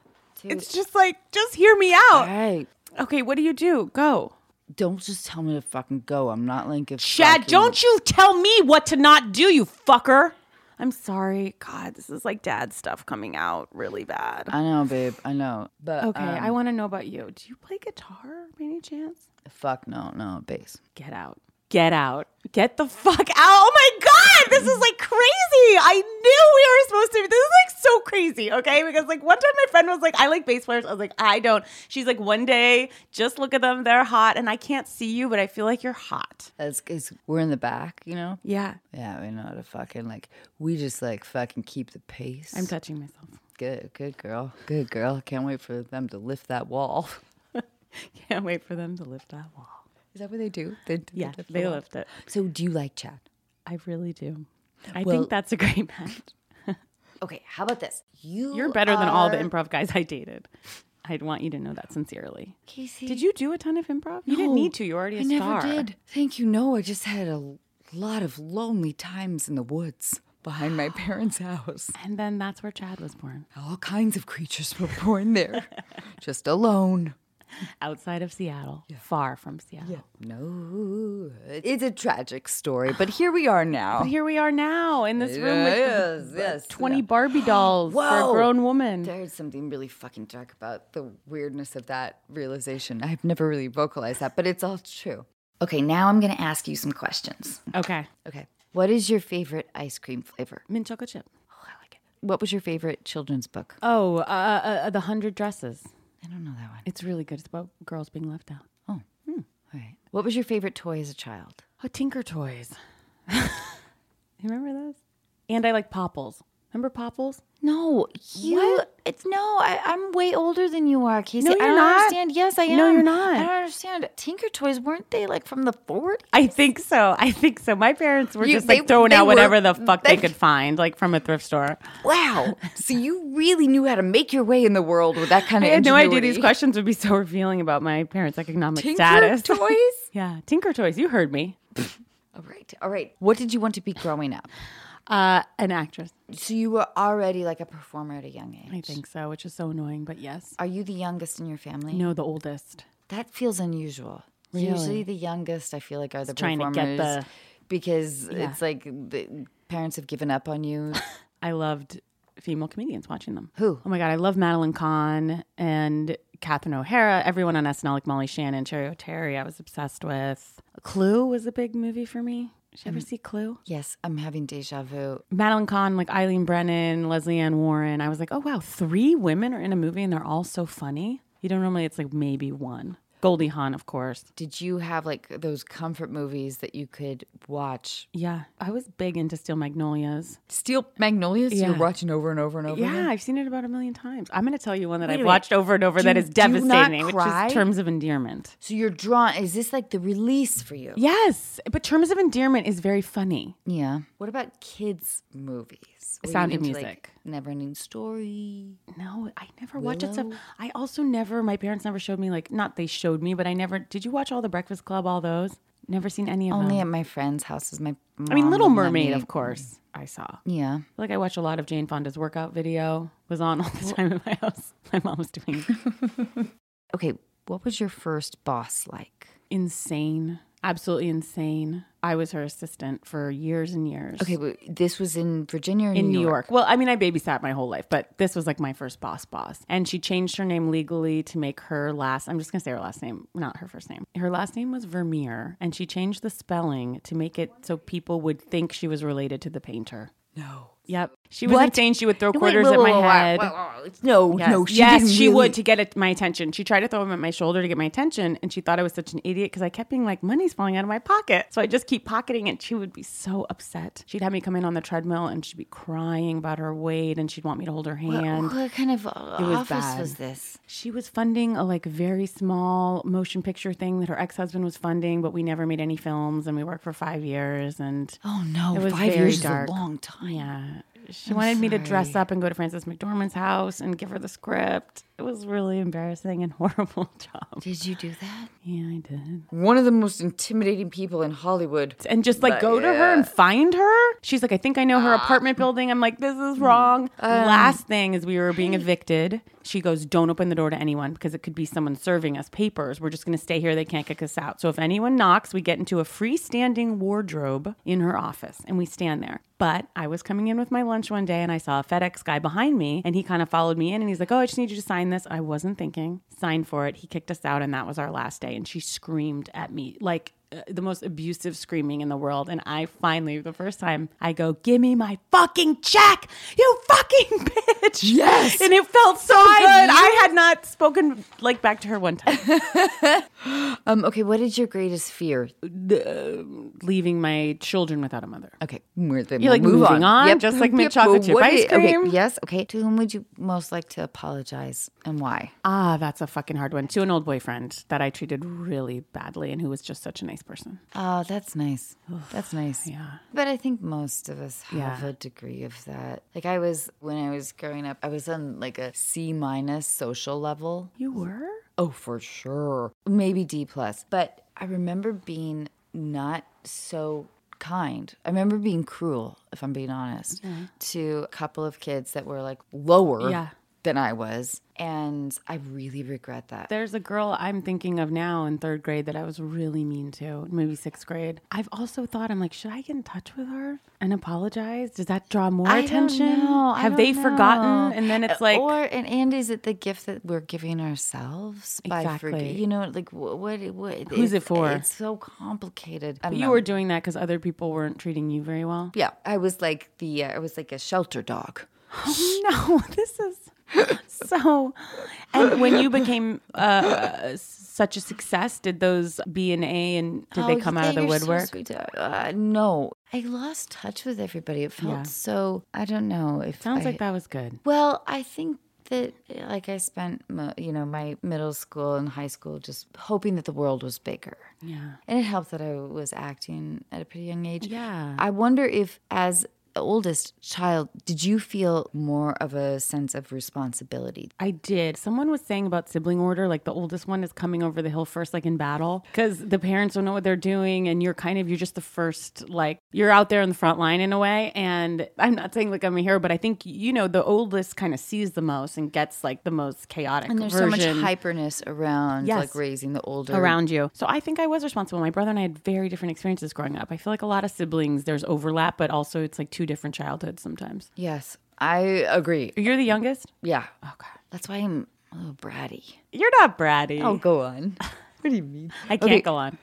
Speaker 3: It's just like, just hear me
Speaker 1: all
Speaker 3: out.
Speaker 1: right.
Speaker 3: Okay, what do you do? Go.
Speaker 1: Don't just tell me to fucking go. I'm not like a
Speaker 3: Chad,
Speaker 1: fucking-
Speaker 3: don't you tell me what to not do, you fucker. I'm sorry. God, this is like dad stuff coming out really bad.
Speaker 1: I know, babe. I know, but
Speaker 3: Okay,
Speaker 1: um,
Speaker 3: I want to know about you. Do you play guitar by any chance?
Speaker 1: uh, fuck no, no, bass.
Speaker 3: Get out. Get out. Get the fuck out. Oh my God, this is like crazy. I knew we were supposed to. This is like so crazy, okay? Because like one time my friend was like, I like bass players. I was like, I don't. She's like, one day, just look at them. They're hot. And I can't see you, but I feel like you're hot.
Speaker 1: That's because we're in the back, you know.
Speaker 3: Yeah.
Speaker 1: Yeah, we know how to fucking like. We just like fucking keep the pace.
Speaker 3: I'm touching myself.
Speaker 1: good, good girl, good girl. Can't wait for them to lift that wall.
Speaker 3: Can't wait for them to lift that wall.
Speaker 1: Is that what they do? They, they
Speaker 3: Yeah,
Speaker 1: lift the
Speaker 3: they
Speaker 1: wall?
Speaker 3: lift it.
Speaker 1: So, do you like Chad?
Speaker 3: I really do. I
Speaker 1: Well-
Speaker 3: think that's a great match.
Speaker 1: Okay, how about this? You
Speaker 3: You're better than all the
Speaker 1: are-
Speaker 3: improv guys I dated. I'd want you to know that sincerely.
Speaker 1: Casey.
Speaker 3: Did you do a ton of improv? You didn't need to. You're already a
Speaker 1: I
Speaker 3: star.
Speaker 1: never did. Thank you. No, I just had a lot of lonely times in the woods behind my parents' house.
Speaker 3: And then that's where Chad was born,
Speaker 1: All kinds of creatures were born there, just alone.
Speaker 3: outside of Seattle, far from Seattle.
Speaker 1: No, it's a tragic story, but here we are
Speaker 3: But
Speaker 1: now.
Speaker 3: here we are now in this room with
Speaker 1: Yes,
Speaker 3: the-
Speaker 1: yes.
Speaker 3: 20 Barbie dolls for
Speaker 1: Whoa.
Speaker 3: a grown woman.
Speaker 1: There's something really fucking dark about the weirdness of that realization. I've never really vocalized that, but it's all true. Okay, now I'm going to ask you some questions.
Speaker 3: Okay.
Speaker 1: Okay. What is your favorite ice cream flavor?
Speaker 3: Mint chocolate chip.
Speaker 1: What was your favorite children's book?
Speaker 3: Oh, uh, uh, uh, The Hundred Dresses.
Speaker 1: I don't know that one.
Speaker 3: It's really good. It's about girls being left out.
Speaker 1: All right. What was your favorite toy as a child?
Speaker 3: Oh, Tinker Toys. Remember those? And I like Popples. Remember Popples?
Speaker 1: No, you. It's no. I, I'm way older than you are, Casey.
Speaker 3: No,
Speaker 1: I
Speaker 3: you're
Speaker 1: don't
Speaker 3: not.
Speaker 1: understand. Yes, I am.
Speaker 3: No, you're not.
Speaker 1: I don't understand. Tinker Toys weren't they like from the 40s?
Speaker 3: I think so. I think so. My parents were
Speaker 1: You-
Speaker 3: just
Speaker 1: they-
Speaker 3: like throwing
Speaker 1: they
Speaker 3: out whatever
Speaker 1: were-
Speaker 3: the fuck they
Speaker 1: they-
Speaker 3: could find, like from a thrift store.
Speaker 1: Wow. so you really knew how to make your way in the world with that kind
Speaker 3: I
Speaker 1: of.
Speaker 3: had no idea
Speaker 1: ingenuity.
Speaker 3: these questions would be so revealing about my parents' economic
Speaker 1: Tinker
Speaker 3: status.
Speaker 1: Toys?
Speaker 3: yeah, Tinker Toys. You heard me.
Speaker 1: All right. All right. What did you want to be growing up?
Speaker 3: Uh, an actress.
Speaker 1: So you were already like a performer at a young age.
Speaker 3: I think so, which is so annoying, but yes.
Speaker 1: Are you the youngest in your family?
Speaker 3: No, the oldest.
Speaker 1: That feels unusual. Usually the youngest I feel like are the
Speaker 3: trying to
Speaker 1: performers
Speaker 3: get the-
Speaker 1: because it's like the parents have given up on you.
Speaker 3: I loved female comedians watching them.
Speaker 1: Who?
Speaker 3: Oh my god, I love Madeline Kahn and Catherine O'Hara. Everyone on SNL, like Molly Shannon, Cherry O'Terry. I was obsessed with. Clue was a big movie for me. Did you
Speaker 1: Mm.
Speaker 3: ever see Clue?
Speaker 1: yes, I'm having deja vu.
Speaker 3: Madeline Kahn, like Eileen Brennan, Leslie Ann Warren. I was like, oh wow, three women are in a movie and they're all so funny. You don't normally it's like maybe one. Goldie Hawn, of course.
Speaker 1: Did you have like those comfort movies that you could watch?
Speaker 3: Yeah, I was big into Steel Magnolias.
Speaker 1: Steel Magnolias
Speaker 3: Yeah.
Speaker 1: you're watching over and over and over.
Speaker 3: Yeah,
Speaker 1: again?
Speaker 3: I've seen it about a million times. I'm going to tell you one that
Speaker 1: Wait a
Speaker 3: I've
Speaker 1: minute.
Speaker 3: watched over and over
Speaker 1: Do
Speaker 3: that
Speaker 1: you-
Speaker 3: is
Speaker 1: do you not
Speaker 3: devastating, which
Speaker 1: cry?
Speaker 3: is Terms of Endearment.
Speaker 1: So you're drawn is this like the release for you?
Speaker 3: Yes, but Terms of Endearment is very funny.
Speaker 1: Yeah. What about kids movies? Were you
Speaker 3: Sound of
Speaker 1: into,
Speaker 3: Music.
Speaker 1: Like, Never ending story.
Speaker 3: No, I never watched it. Stuff. I also never. My parents never showed me like not they showed me, but I never. Did you watch all the Breakfast Club? All those? Never seen any of
Speaker 1: Only
Speaker 3: them.
Speaker 1: at my friend's house is my
Speaker 3: I mean,
Speaker 1: mom
Speaker 3: Little
Speaker 1: wouldn't let
Speaker 3: Mermaid,
Speaker 1: me-
Speaker 3: of course. I saw.
Speaker 1: Yeah.
Speaker 3: Like I watch a lot of Jane Fonda's workout video. Was on all the time in my house. My mom was doing
Speaker 1: Okay, what was your first boss like?
Speaker 3: insane, absolutely insane. I was her assistant for years and years.
Speaker 1: Okay, but this was in Virginia or
Speaker 3: in New York. Well, I mean, I babysat my whole life, but this was like my first boss boss. And she changed her name legally to make her last I'm just going to say her last name, not her first name. Her last name was Vermeer, and she changed the spelling to make it so people would think she was related to the painter. No. Yep. She was
Speaker 1: What?
Speaker 3: insane. She would throw
Speaker 1: No, wait,
Speaker 3: quarters
Speaker 1: whoa,
Speaker 3: at my
Speaker 1: whoa, whoa,
Speaker 3: head.
Speaker 1: whoa, whoa, whoa. No,
Speaker 3: Yes.
Speaker 1: no, she
Speaker 3: yes,
Speaker 1: didn't
Speaker 3: she
Speaker 1: really-
Speaker 3: would to get at my attention. She tried to throw them at my shoulder to get my attention, and she thought I was such an idiot because I kept being like, "Money's falling out of my pocket," so I just keep pocketing it. She would be so upset. She'd have me come in on the treadmill, and she'd be crying about her weight, and she'd want me to hold her
Speaker 1: What,
Speaker 3: hand.
Speaker 1: what kind of uh,
Speaker 3: was
Speaker 1: office
Speaker 3: bad.
Speaker 1: was this?
Speaker 3: She was funding a like very small motion picture thing that her ex husband was funding, but we never made any films, and we worked for five years, and
Speaker 1: Oh no,
Speaker 3: It was
Speaker 1: five
Speaker 3: very
Speaker 1: years
Speaker 3: dark.
Speaker 1: is a long time.
Speaker 3: yeah. She wanted me to dress up and go to Frances McDormand's house and give her the script. It was really embarrassing and horrible job.
Speaker 1: Did you do that?
Speaker 3: Yeah, I did.
Speaker 1: One of the most intimidating people in Hollywood.
Speaker 3: And just like go to her and find her. She's like, I think I know her apartment building. I'm like, this is wrong. Last thing is we were being evicted. She goes, Don't open the door to anyone because it could be someone serving us papers. We're just going to stay here. They can't kick us out. So if anyone knocks, we get into a freestanding wardrobe in her office and we stand there. But I was coming in with my lunch one day and I saw a FedEx guy behind me and he kind of followed me in and he's like, Oh, I just need you to sign this. I wasn't thinking. Signed for it. He kicked us out and that was our last day. And she screamed at me like uh, the most abusive screaming in the world. And I finally, the first time, I go, Give me my fucking check, you fucking bitch. Yes. And it felt so good. I had not spoken like back to her one time.
Speaker 1: Um, okay, what is your greatest fear?
Speaker 3: Leaving my children without a mother.
Speaker 1: Okay, we're then
Speaker 3: You're, like,
Speaker 1: move
Speaker 3: moving on,
Speaker 1: Yep.
Speaker 3: just like mint
Speaker 1: Yep,
Speaker 3: chocolate
Speaker 1: but
Speaker 3: chip
Speaker 1: what
Speaker 3: ice
Speaker 1: i- okay,
Speaker 3: cream.
Speaker 1: yes. Okay, to whom would you most like to apologize and why?
Speaker 3: Ah, that's a fucking hard one. To an old boyfriend that I treated really badly and who was just such a nice person.
Speaker 1: Oh, that's nice. That's nice. Yeah. But I think most of us have
Speaker 3: Yeah.
Speaker 1: a degree of that. Like I was when I was growing up, I was on like a C minus social level.
Speaker 3: You were?
Speaker 1: Oh, for sure. Maybe D plus. But I remember being not so kind. I remember being cruel, if I'm being honest, to a couple of kids that were like lower
Speaker 3: Yeah.
Speaker 1: than I was. And I really regret that.
Speaker 3: There's a girl I'm thinking of now in third grade that I was really mean to, maybe sixth grade. I've also thought, I'm like, should I get in touch with her and apologize? Does that draw more
Speaker 1: I don't
Speaker 3: attention?
Speaker 1: know. I
Speaker 3: Have they
Speaker 1: don't
Speaker 3: forgotten?
Speaker 1: know.
Speaker 3: And then it's
Speaker 1: Uh,
Speaker 3: like,
Speaker 1: or and and is it the gift that we're giving ourselves by forget-
Speaker 3: Exactly.
Speaker 1: You know, like wh- what? What? it's-
Speaker 3: Who's it for?
Speaker 1: It's so complicated. I don't
Speaker 3: you
Speaker 1: know.
Speaker 3: were doing that because other people weren't treating you very well.
Speaker 1: yeah. I was like the. Uh, I was like a shelter dog.
Speaker 3: No, this is so. And when you became uh, such a success, did those B and A and did they
Speaker 1: Oh,
Speaker 3: come
Speaker 1: you
Speaker 3: out of
Speaker 1: think
Speaker 3: the
Speaker 1: you're so
Speaker 3: woodwork?
Speaker 1: sweet. Uh, no, I lost touch with everybody. It felt
Speaker 3: Yeah.
Speaker 1: so. I don't know if
Speaker 3: Sounds
Speaker 1: I-
Speaker 3: like that was good.
Speaker 1: Well, I think that like I spent mo- you know my middle school and high school just hoping that the world was bigger.
Speaker 3: Yeah.
Speaker 1: And it helped that I was acting at a pretty young age.
Speaker 3: Yeah.
Speaker 1: I wonder if as the oldest child, did you feel more of a sense of responsibility?
Speaker 3: I did. Someone was saying about sibling order, like the oldest one is coming over the hill first, like in battle, because the parents don't know what they're doing, and you're kind of you're just the first, like you're out there in the front line in a way. And I'm not saying like I'm a hero, but I think you know the oldest kind of sees the most and gets like the most chaotic.
Speaker 1: And there's so
Speaker 3: version.
Speaker 1: much hyperness around
Speaker 3: Yes.
Speaker 1: like raising the older
Speaker 3: around you. So I think I was responsible. My brother and I had very different experiences growing up. I feel like a lot of siblings, there's overlap, but also it's like two different childhoods sometimes.
Speaker 1: Yes, I agree.
Speaker 3: You're the youngest?
Speaker 1: Yeah. Okay. That's why I'm a little bratty.
Speaker 3: You're not bratty.
Speaker 1: Oh, go on. what do you mean?
Speaker 3: I can't
Speaker 1: okay.
Speaker 3: go on.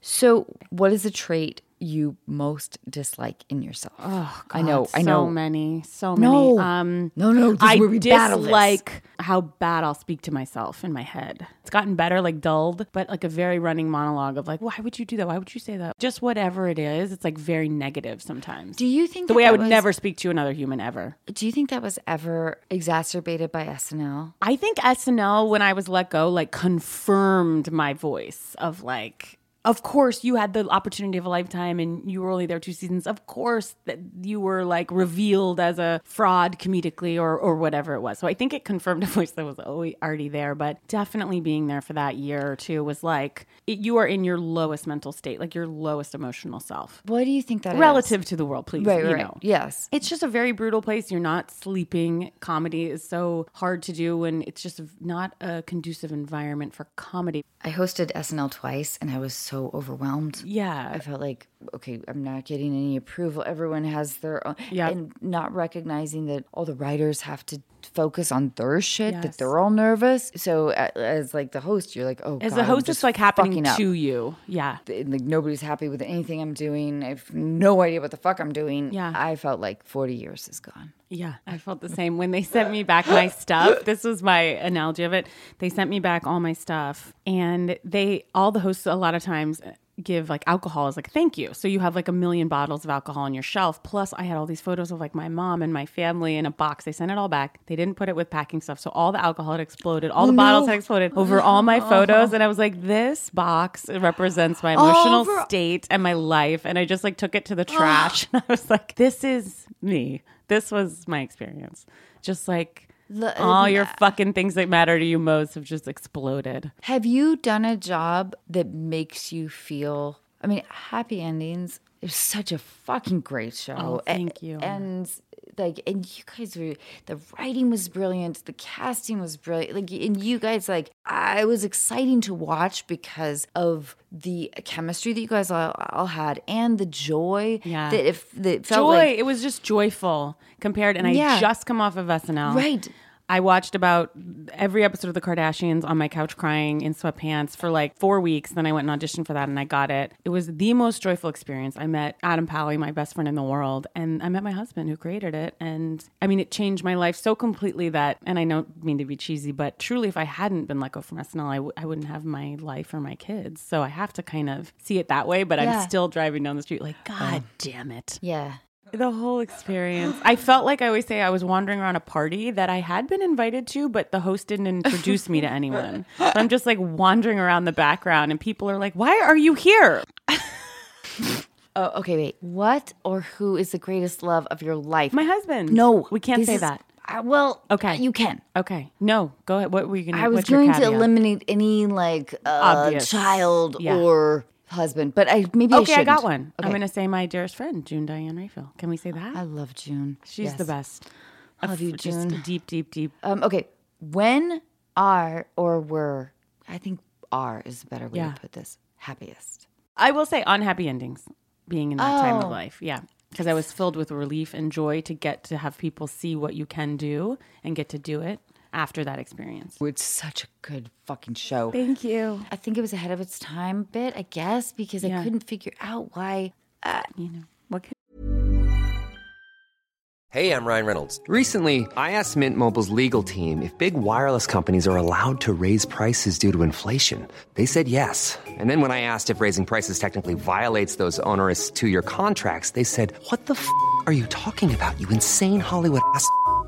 Speaker 1: So, what is the trait you most dislike in yourself?
Speaker 3: Oh,
Speaker 1: I know.
Speaker 3: God,
Speaker 1: I
Speaker 3: so
Speaker 1: know.
Speaker 3: many. So
Speaker 1: No.
Speaker 3: many. Um,
Speaker 1: No, no, this is
Speaker 3: I
Speaker 1: where we battle this.
Speaker 3: dislike how bad I'll speak to myself in my head. It's gotten better, like dulled, but like a very running monologue of like, why would you do that? Why would you say that? Just whatever it is, it's like very negative sometimes.
Speaker 1: Do you think
Speaker 3: the
Speaker 1: that
Speaker 3: way I
Speaker 1: that
Speaker 3: would
Speaker 1: was-
Speaker 3: never speak to another human ever.
Speaker 1: Do you think that was ever exacerbated by SNL?
Speaker 3: I think SNL, when I was let go, like confirmed my voice of like, of course, you had the opportunity of a lifetime and you were only there two seasons. Of course, that you were like revealed as a fraud comedically or, or whatever it was. So I think it confirmed a voice that was alwa- already there, but definitely being there for that year or two was like, it, you are in your lowest mental state, like your lowest emotional self.
Speaker 1: What do you think that is?
Speaker 3: Relative to the world, please.
Speaker 1: Right,
Speaker 3: you
Speaker 1: right.
Speaker 3: know.
Speaker 1: Yes.
Speaker 3: It's just a very brutal place. You're not sleeping. Comedy is so hard to do, and it's just not a conducive environment for comedy.
Speaker 1: I hosted SNL twice and I was so overwhelmed. I
Speaker 3: Yeah.
Speaker 1: felt like, okay, I'm not getting any approval. Everyone has their own.
Speaker 3: Yeah.
Speaker 1: And not recognizing that all the writers have to focus on their shit, that
Speaker 3: Yes.
Speaker 1: they're all nervous. So, a- as like the host, you're like, oh,
Speaker 3: As
Speaker 1: God,
Speaker 3: a
Speaker 1: I'm
Speaker 3: host,
Speaker 1: just
Speaker 3: it's like happening
Speaker 1: fucking up.
Speaker 3: to you. Yeah.
Speaker 1: and, like nobody's happy with anything I'm doing. I have no idea what the fuck I'm doing.
Speaker 3: Yeah.
Speaker 1: I felt like 40 years is gone.
Speaker 3: Yeah, I felt the same. When they sent me back my stuff, this was my analogy of it. They sent me back all my stuff, and they, all the hosts, a lot of times uh, give like alcohol as like thank you. So you have like a million bottles of alcohol on your shelf. Plus, I had all these photos of like my mom and my family in a box. They sent it all back. They didn't put it with packing stuff. So all the alcohol had exploded, all the bottles had exploded over all my photos. And I was like, this box represents my emotional state and my life. And I just like took it to the trash. And I was like, this is me this was my experience. Just like
Speaker 1: The-
Speaker 3: all your fucking things that matter to you most have just exploded.
Speaker 1: Have you done a job that makes you feel? I mean, Happy Endings is such a fucking great show.
Speaker 3: Oh,
Speaker 1: A-
Speaker 3: thank you.
Speaker 1: And like, and you guys were the writing was brilliant, the casting was brilliant. Like, and you guys like, I was exciting to watch because of the chemistry that you guys all, all had and the joy
Speaker 3: Yeah.
Speaker 1: that if that felt
Speaker 3: Joy.
Speaker 1: like
Speaker 3: it was just joyful compared. And I
Speaker 1: Yeah.
Speaker 3: just come off of SNL.
Speaker 1: Right.
Speaker 3: I watched about every episode of The Kardashians on my couch crying in sweatpants for like four weeks. Then I went and auditioned for that and I got it. It was the most joyful experience. I met Adam Pally, my best friend in the world, and I met my husband who created it. And I mean, it changed my life so completely that, and I don't mean to be cheesy, but truly, if I hadn't been let go from SNL, I w- I wouldn't have my life or my kids. So I have to kind of see it that way, but
Speaker 1: Yeah. Oh.
Speaker 3: I'm still driving down the street like, God damn it.
Speaker 1: yeah.
Speaker 3: The whole experience. I felt like I always say I was wandering around a party that I had been invited to, but the host didn't introduce me to anyone. So I'm just like wandering around the background, and people are like, Why are you here?
Speaker 1: Oh, okay, wait. What or who is the greatest love of your life?
Speaker 3: My husband.
Speaker 1: No,
Speaker 3: We can't
Speaker 1: this
Speaker 3: say
Speaker 1: is-
Speaker 3: that.
Speaker 1: I- well,
Speaker 3: Okay.
Speaker 1: you can.
Speaker 3: Okay. No, go ahead. What were you going to
Speaker 1: I was
Speaker 3: what's your
Speaker 1: going to
Speaker 3: caveat?
Speaker 1: eliminate any like uh,
Speaker 3: Obvious.
Speaker 1: child
Speaker 3: Yeah.
Speaker 1: or husband, but I maybe
Speaker 3: Okay,
Speaker 1: I,
Speaker 3: I, got
Speaker 1: shouldn't.
Speaker 3: one. I'm
Speaker 1: Okay.
Speaker 3: going to say my dearest friend, June Diane Raphael. Can we say that?
Speaker 1: I love June.
Speaker 3: She's the best.
Speaker 1: I love you,
Speaker 3: Just
Speaker 1: June.
Speaker 3: deep, deep, deep.
Speaker 1: Um, okay, when are or were I think are is a better way
Speaker 3: Yeah.
Speaker 1: to put this happiest.
Speaker 3: I will say unhappy endings being in that time
Speaker 1: Oh.
Speaker 3: of life. Yeah. Because I was filled with relief and joy to get to have people see what you can do and get to do it after that experience.
Speaker 1: It's such a good fucking show.
Speaker 3: Thank you.
Speaker 1: I think it was ahead of its time a bit, I guess, because I
Speaker 3: Yeah.
Speaker 1: uh, couldn't figure out why.
Speaker 3: You know, what could
Speaker 4: Hey, I'm Ryan Reynolds. Recently, I asked Mint Mobile's legal team if big wireless companies are allowed to raise prices due to inflation. They said yes. And then when I asked if raising prices technically violates those onerous two year contracts, they said, What the f are you talking about, you insane Hollywood ass? f-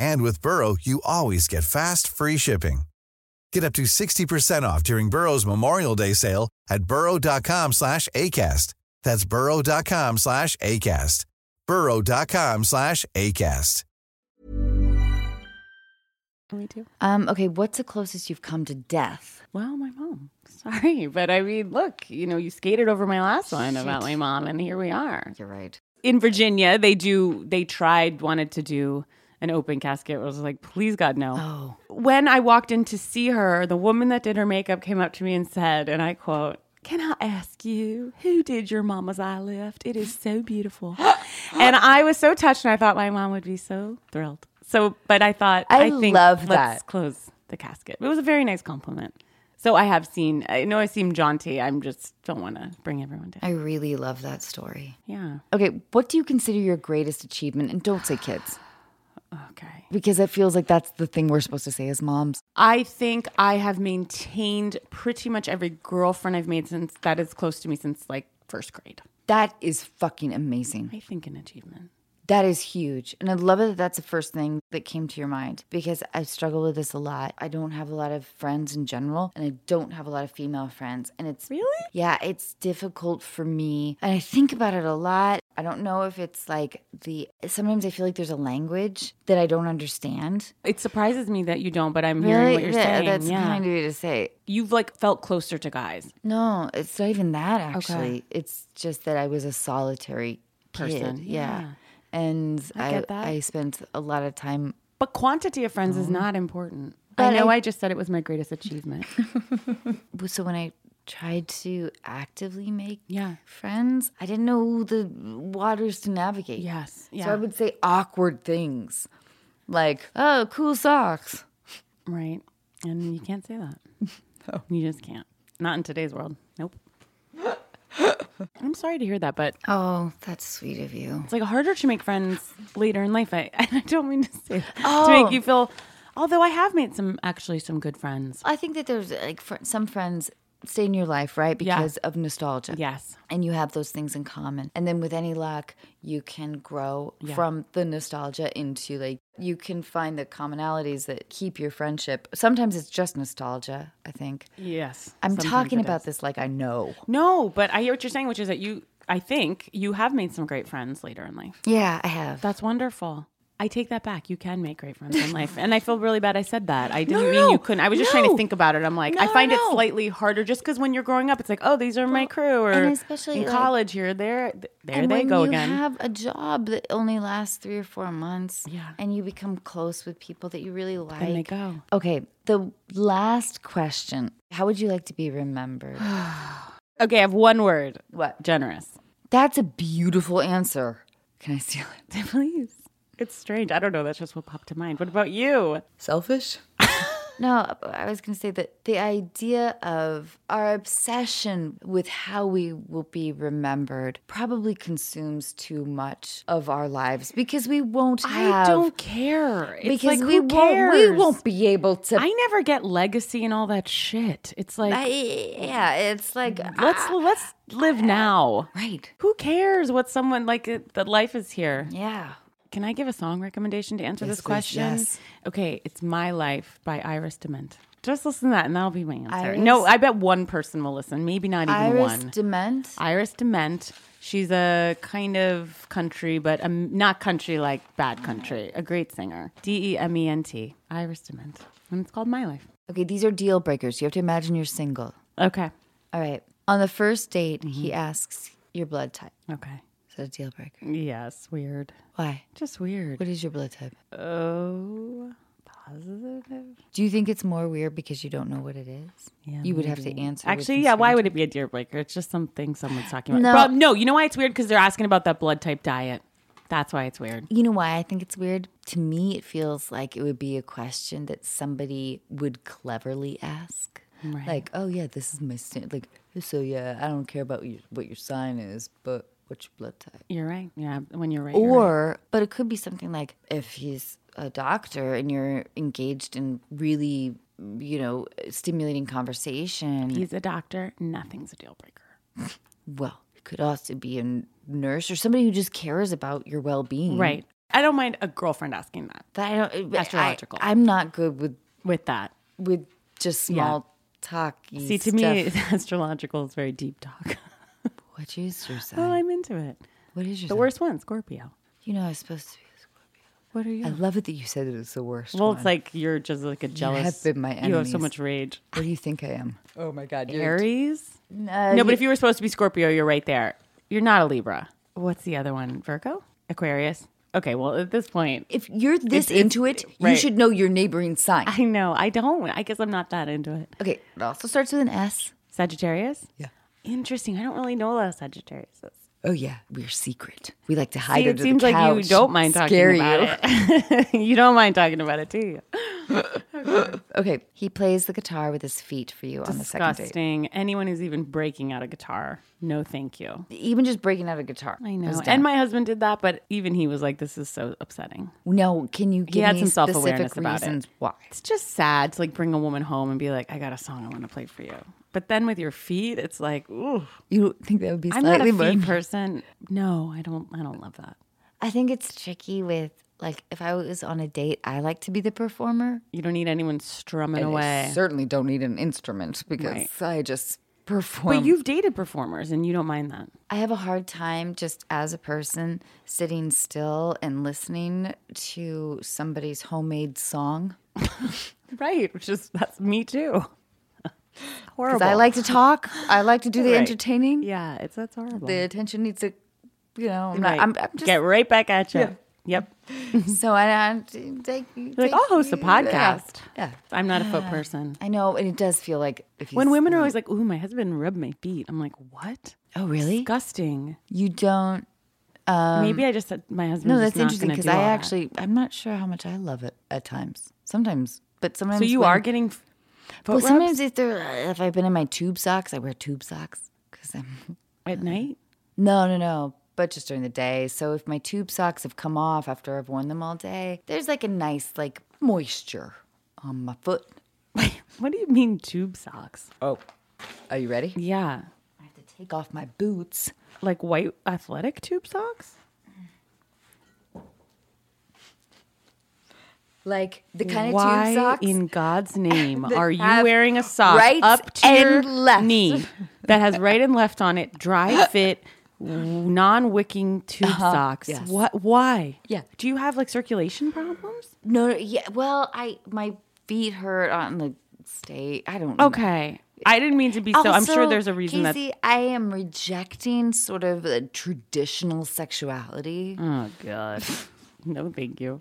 Speaker 5: And with Burrow, you always get fast, free shipping. Get up to 60% off during Burrow's Memorial Day sale at burrow.com slash ACAST. That's burrow.com slash ACAST. burrow.com slash ACAST.
Speaker 3: Me too.
Speaker 1: Um, okay, what's the closest you've come to death?
Speaker 3: Well, my mom. Sorry, but I mean, look, you know, you skated over my last one about my mom, and here we are.
Speaker 1: You're right.
Speaker 3: In Virginia, they do, they tried, wanted to do an open casket. I was like, please, God, no.
Speaker 1: Oh.
Speaker 3: When I walked in to see her, the woman that did her makeup came up to me and said, and I quote, can I ask you who did your mama's eye lift? It is so beautiful. and I was so touched, and I thought my mom would be so thrilled. So, but I thought,
Speaker 1: I
Speaker 3: I, think
Speaker 1: love
Speaker 3: let's
Speaker 1: that.
Speaker 3: close the casket. It was a very nice compliment. So I have seen, I know I seem jaunty. I'm just don't want to bring everyone down.
Speaker 1: I really love that story.
Speaker 3: yeah.
Speaker 1: Okay, what do you consider your greatest achievement? And don't say kids,
Speaker 3: Okay.
Speaker 1: because it feels like that's the thing we're supposed to say as moms.
Speaker 3: I think I have maintained pretty much every girlfriend I've made since that is close to me since like first grade.
Speaker 1: That is fucking amazing.
Speaker 3: I think an achievement.
Speaker 1: That is huge. And I love it that that's the first thing that came to your mind because I struggle with this a lot. I don't have a lot of friends in general, and I don't have a lot of female friends. And it's
Speaker 3: Really?
Speaker 1: Yeah, it's difficult for me. And I think about it a lot. I don't know if it's like the sometimes I feel like there's a language that I don't understand.
Speaker 3: It surprises me that you don't, but I'm hearing what you're
Speaker 1: Yeah,
Speaker 3: saying.
Speaker 1: That's
Speaker 3: yeah.
Speaker 1: kind of you to say.
Speaker 3: You've like felt closer to guys.
Speaker 1: No, it's not even that actually. It's just that I was a solitary
Speaker 3: Person,
Speaker 1: kid. Yeah. And
Speaker 3: I
Speaker 1: I,
Speaker 3: get that.
Speaker 1: I, spent a lot of time
Speaker 3: But quantity of friends is not important.
Speaker 1: Mm-hmm. But
Speaker 3: I know
Speaker 1: I-
Speaker 3: I, just said it was my greatest achievement.
Speaker 1: so when I tried to actively make
Speaker 3: Yeah.
Speaker 1: friends, I didn't know the waters to navigate.
Speaker 3: yes.
Speaker 1: So I would say awkward things. Like, oh, cool socks.
Speaker 3: right. And you can't say that.
Speaker 1: Oh.
Speaker 3: You just can't. Not in today's world. Nope. I'm sorry to hear that, but
Speaker 1: Oh, that's sweet of you.
Speaker 3: It's like harder to make friends later in life. I, I don't mean to say that.
Speaker 1: Oh.
Speaker 3: to make you feel. Although I have made some actually some good friends.
Speaker 1: I think that there's like fr- some friends stay in your life, right?
Speaker 3: Yeah.
Speaker 1: Because of nostalgia.
Speaker 3: Yes,
Speaker 1: And you have those things in common. And then with any luck, you can grow from the nostalgia into like, you can find the commonalities that keep your friendship. Sometimes it's just nostalgia, I think.
Speaker 3: yes.
Speaker 1: I'm
Speaker 3: Sometimes
Speaker 1: talking
Speaker 3: it
Speaker 1: about
Speaker 3: is.
Speaker 1: this like I know.
Speaker 3: No, but I hear what you're saying, which is that you. I think you have made some great friends later in life.
Speaker 1: Yeah, I have.
Speaker 3: That's wonderful. I take that back. You can make great friends in life, and I feel really bad I said that. I didn't
Speaker 1: No,
Speaker 3: mean
Speaker 1: no,
Speaker 3: you couldn't. I was just trying
Speaker 1: no.
Speaker 3: to think about it. I'm like, I
Speaker 1: No,
Speaker 3: find
Speaker 1: no.
Speaker 3: it slightly harder just because when you're growing up, it's like, oh, these are my crew, or
Speaker 1: and especially,
Speaker 3: in
Speaker 1: like-
Speaker 3: college here, there, there
Speaker 1: and
Speaker 3: they
Speaker 1: when
Speaker 3: go
Speaker 1: you
Speaker 3: again.
Speaker 1: have a job that only lasts three or four months,
Speaker 3: Yeah.
Speaker 1: and you become close with people that you really like,
Speaker 3: and they go.
Speaker 1: Okay, the last question: How would you like to be remembered?
Speaker 3: Okay, I have one word.
Speaker 1: What?
Speaker 3: Generous.
Speaker 1: That's a beautiful answer. Can I steal it?
Speaker 3: Please. It's strange. I don't know. That's just what popped to mind. What about you?
Speaker 6: Selfish?
Speaker 1: No, I was going to say that the idea of our obsession with how we will be remembered probably consumes too much of our lives because we won't have.
Speaker 3: care. It's
Speaker 1: because
Speaker 3: like,
Speaker 1: we
Speaker 3: who
Speaker 1: won't. We
Speaker 3: cares?
Speaker 1: won't be able to.
Speaker 3: I never get legacy and all that shit. It's like
Speaker 1: I- yeah, it's like
Speaker 3: let's
Speaker 1: ah,
Speaker 3: let's live now.
Speaker 1: right.
Speaker 3: Who cares what someone like it- that life is here?
Speaker 1: Yeah.
Speaker 3: Can I give a song recommendation to answer this
Speaker 6: please.
Speaker 3: question?
Speaker 6: Yes.
Speaker 3: Okay, it's My Life by Iris Dement. Just listen to that and that'll be my answer.
Speaker 1: Iris-
Speaker 3: No, I bet one person will listen. Maybe not even
Speaker 1: Iris
Speaker 3: one.
Speaker 1: Dement.
Speaker 3: Iris Dement. She's a kind of country, but um, not country like bad country. A great singer. D E M E N T. Iris Dement. And it's called My Life.
Speaker 1: Okay, these are deal breakers. You have to imagine you're single.
Speaker 3: Okay. Mm-hmm.
Speaker 1: All right. On the first date, he asks your blood type.
Speaker 3: Okay.
Speaker 1: So that a deal breaker?
Speaker 3: Yes, weird.
Speaker 1: Why?
Speaker 3: Just weird.
Speaker 1: What is your blood type?
Speaker 3: Oh, positive.
Speaker 1: Do you think it's more weird because you don't know what it is?
Speaker 3: Yeah,
Speaker 1: you would have to answer. with
Speaker 3: Actually, yeah. Why
Speaker 1: consent.
Speaker 3: would it be a deal breaker? It's just something someone's talking about.
Speaker 1: No.
Speaker 3: No, no. You know why it's weird? Because they're asking about that blood type diet. That's why it's weird.
Speaker 1: You know why I think it's weird? To me, it feels like it would be a question that somebody would cleverly ask. Like, oh yeah, this is my sign. Like, so yeah, I don't care about your, what your sign is, but what's your blood type?
Speaker 3: You're right. Yeah, when you're right. you're right.
Speaker 1: Or, but it could be something like if he's a doctor and you're engaged in really, you know, stimulating conversation.
Speaker 3: he's a doctor, nothing's a deal breaker.
Speaker 1: well, it could also be a n- nurse or somebody who just cares about your well being.
Speaker 3: Right. I don't mind a girlfriend asking that.
Speaker 1: But I don't. but
Speaker 3: Astrological.
Speaker 1: I, I'm not good with
Speaker 3: With that,
Speaker 1: with just
Speaker 3: Yeah.
Speaker 1: small talky
Speaker 3: see, to me, astrological is very deep talk.
Speaker 1: what is your sign?
Speaker 3: oh, I'm into it.
Speaker 1: what is your
Speaker 3: The
Speaker 1: sign?
Speaker 3: worst one, Scorpio.
Speaker 1: You know, I was supposed to be.
Speaker 3: What are you?
Speaker 1: I love it that you said it was the worst.
Speaker 3: well,
Speaker 1: one.
Speaker 3: it's like you're just like a jealous.
Speaker 1: been my
Speaker 3: You have so
Speaker 1: enemies.
Speaker 3: much rage.
Speaker 1: what do you think I am? Uh, Oh my god,
Speaker 3: Aries.
Speaker 1: No,
Speaker 3: No,
Speaker 1: you-
Speaker 3: but if you were supposed to be Scorpio, you're right there. You're not a Libra. What's the other one? Virgo? Aquarius? Okay, well, at this point,
Speaker 1: if you're this
Speaker 3: It's- it's-
Speaker 1: into it, you
Speaker 3: right.
Speaker 1: should know your neighboring sign.
Speaker 3: I know. I don't. I guess I'm not that into it.
Speaker 1: okay, it also starts with an S.
Speaker 3: Sagittarius?
Speaker 1: Yeah.
Speaker 3: Interesting. I don't really know a lot of Sagittarius.
Speaker 1: Oh yeah, we're secret. We like to hide
Speaker 3: See, it
Speaker 1: under
Speaker 3: seems
Speaker 1: the
Speaker 3: like
Speaker 1: couch.
Speaker 3: you don't mind talking
Speaker 1: Scare
Speaker 3: about
Speaker 1: you.
Speaker 3: it. you don't mind talking about it, do you?
Speaker 1: Okay, he plays the guitar with his feet for you on the second date.
Speaker 3: Disgusting. Anyone who's even breaking out a guitar, no thank you.
Speaker 1: Even just breaking out a guitar.
Speaker 3: I know. And my husband did that, but even he was like, this is so upsetting.
Speaker 1: No, can you give
Speaker 3: had
Speaker 1: me
Speaker 3: some
Speaker 1: specific
Speaker 3: self-awareness about it.
Speaker 1: reasons why?
Speaker 3: It's just sad to like bring a woman home and be like, I got a song I want to play for you. But then with your feet, it's like, ooh,
Speaker 1: You don't think that would be
Speaker 3: I'm
Speaker 1: slightly
Speaker 3: not a
Speaker 1: more-
Speaker 3: feet person. No, I don't. I don't love that.
Speaker 1: I think it's tricky with like if I was on a date, I like to be the performer.
Speaker 3: You don't need anyone strumming
Speaker 1: And I
Speaker 3: away.
Speaker 1: certainly don't need an instrument because I just perform.
Speaker 3: But you've dated performers, and you don't mind that.
Speaker 1: I have a hard time just as a person sitting still and listening to somebody's homemade song
Speaker 3: Right, which is that's me too.
Speaker 1: because
Speaker 3: horrible.
Speaker 1: I like to talk. I like to do the
Speaker 3: Right.
Speaker 1: entertaining.
Speaker 3: Yeah, it's that's horrible.
Speaker 1: The attention needs to, you know, I'm,
Speaker 3: Right.
Speaker 1: not, I'm, I'm just
Speaker 3: Get right back at you. Yep.
Speaker 1: so I, I take, take
Speaker 3: Like I'll host a
Speaker 1: Yeah.
Speaker 3: podcast.
Speaker 1: Yeah.
Speaker 3: I'm not a foot person.
Speaker 1: I know, and it does feel like if you
Speaker 3: When
Speaker 1: s-
Speaker 3: women are always like, "Ooh, my husband rubbed my feet," I'm like, "What?
Speaker 1: oh really
Speaker 3: Disgusting."
Speaker 1: you don't
Speaker 3: Maybe I just said my husband.
Speaker 1: No, that's interesting because I actually I'm not sure how much I love it at times. Sometimes, but sometimes
Speaker 3: So you
Speaker 1: when-
Speaker 3: are getting. f- Foot
Speaker 1: Well,
Speaker 3: rubs
Speaker 1: sometimes if they're if I've been in my tube socks, I wear tube socks because I'm
Speaker 3: at night.
Speaker 1: no, no, no. But just during the day. So if my tube socks have come off after I've worn them all day, there's like a nice like moisture on my foot.
Speaker 3: What do you mean tube socks?
Speaker 1: Are you ready?
Speaker 3: Yeah,
Speaker 1: I have to take off my boots.
Speaker 3: like white athletic tube socks.
Speaker 1: Like the kind of
Speaker 3: Why
Speaker 1: tube socks.
Speaker 3: in God's name are you
Speaker 1: have
Speaker 3: wearing a sock
Speaker 1: right
Speaker 3: up to your
Speaker 1: and left.
Speaker 3: knee that has right and left on it, dry fit, non-wicking tube socks?
Speaker 1: Uh-huh. yes.
Speaker 3: What? Why?
Speaker 1: Yeah.
Speaker 3: Do you have like circulation problems?
Speaker 1: no, no, yeah. Well, I my feet hurt on the state. I don't know.
Speaker 3: Okay. I didn't mean to be so. I'm sure
Speaker 1: Also,
Speaker 3: there's a reason that.
Speaker 1: Casey, I am rejecting sort of the traditional sexuality.
Speaker 3: Oh God. No, thank you.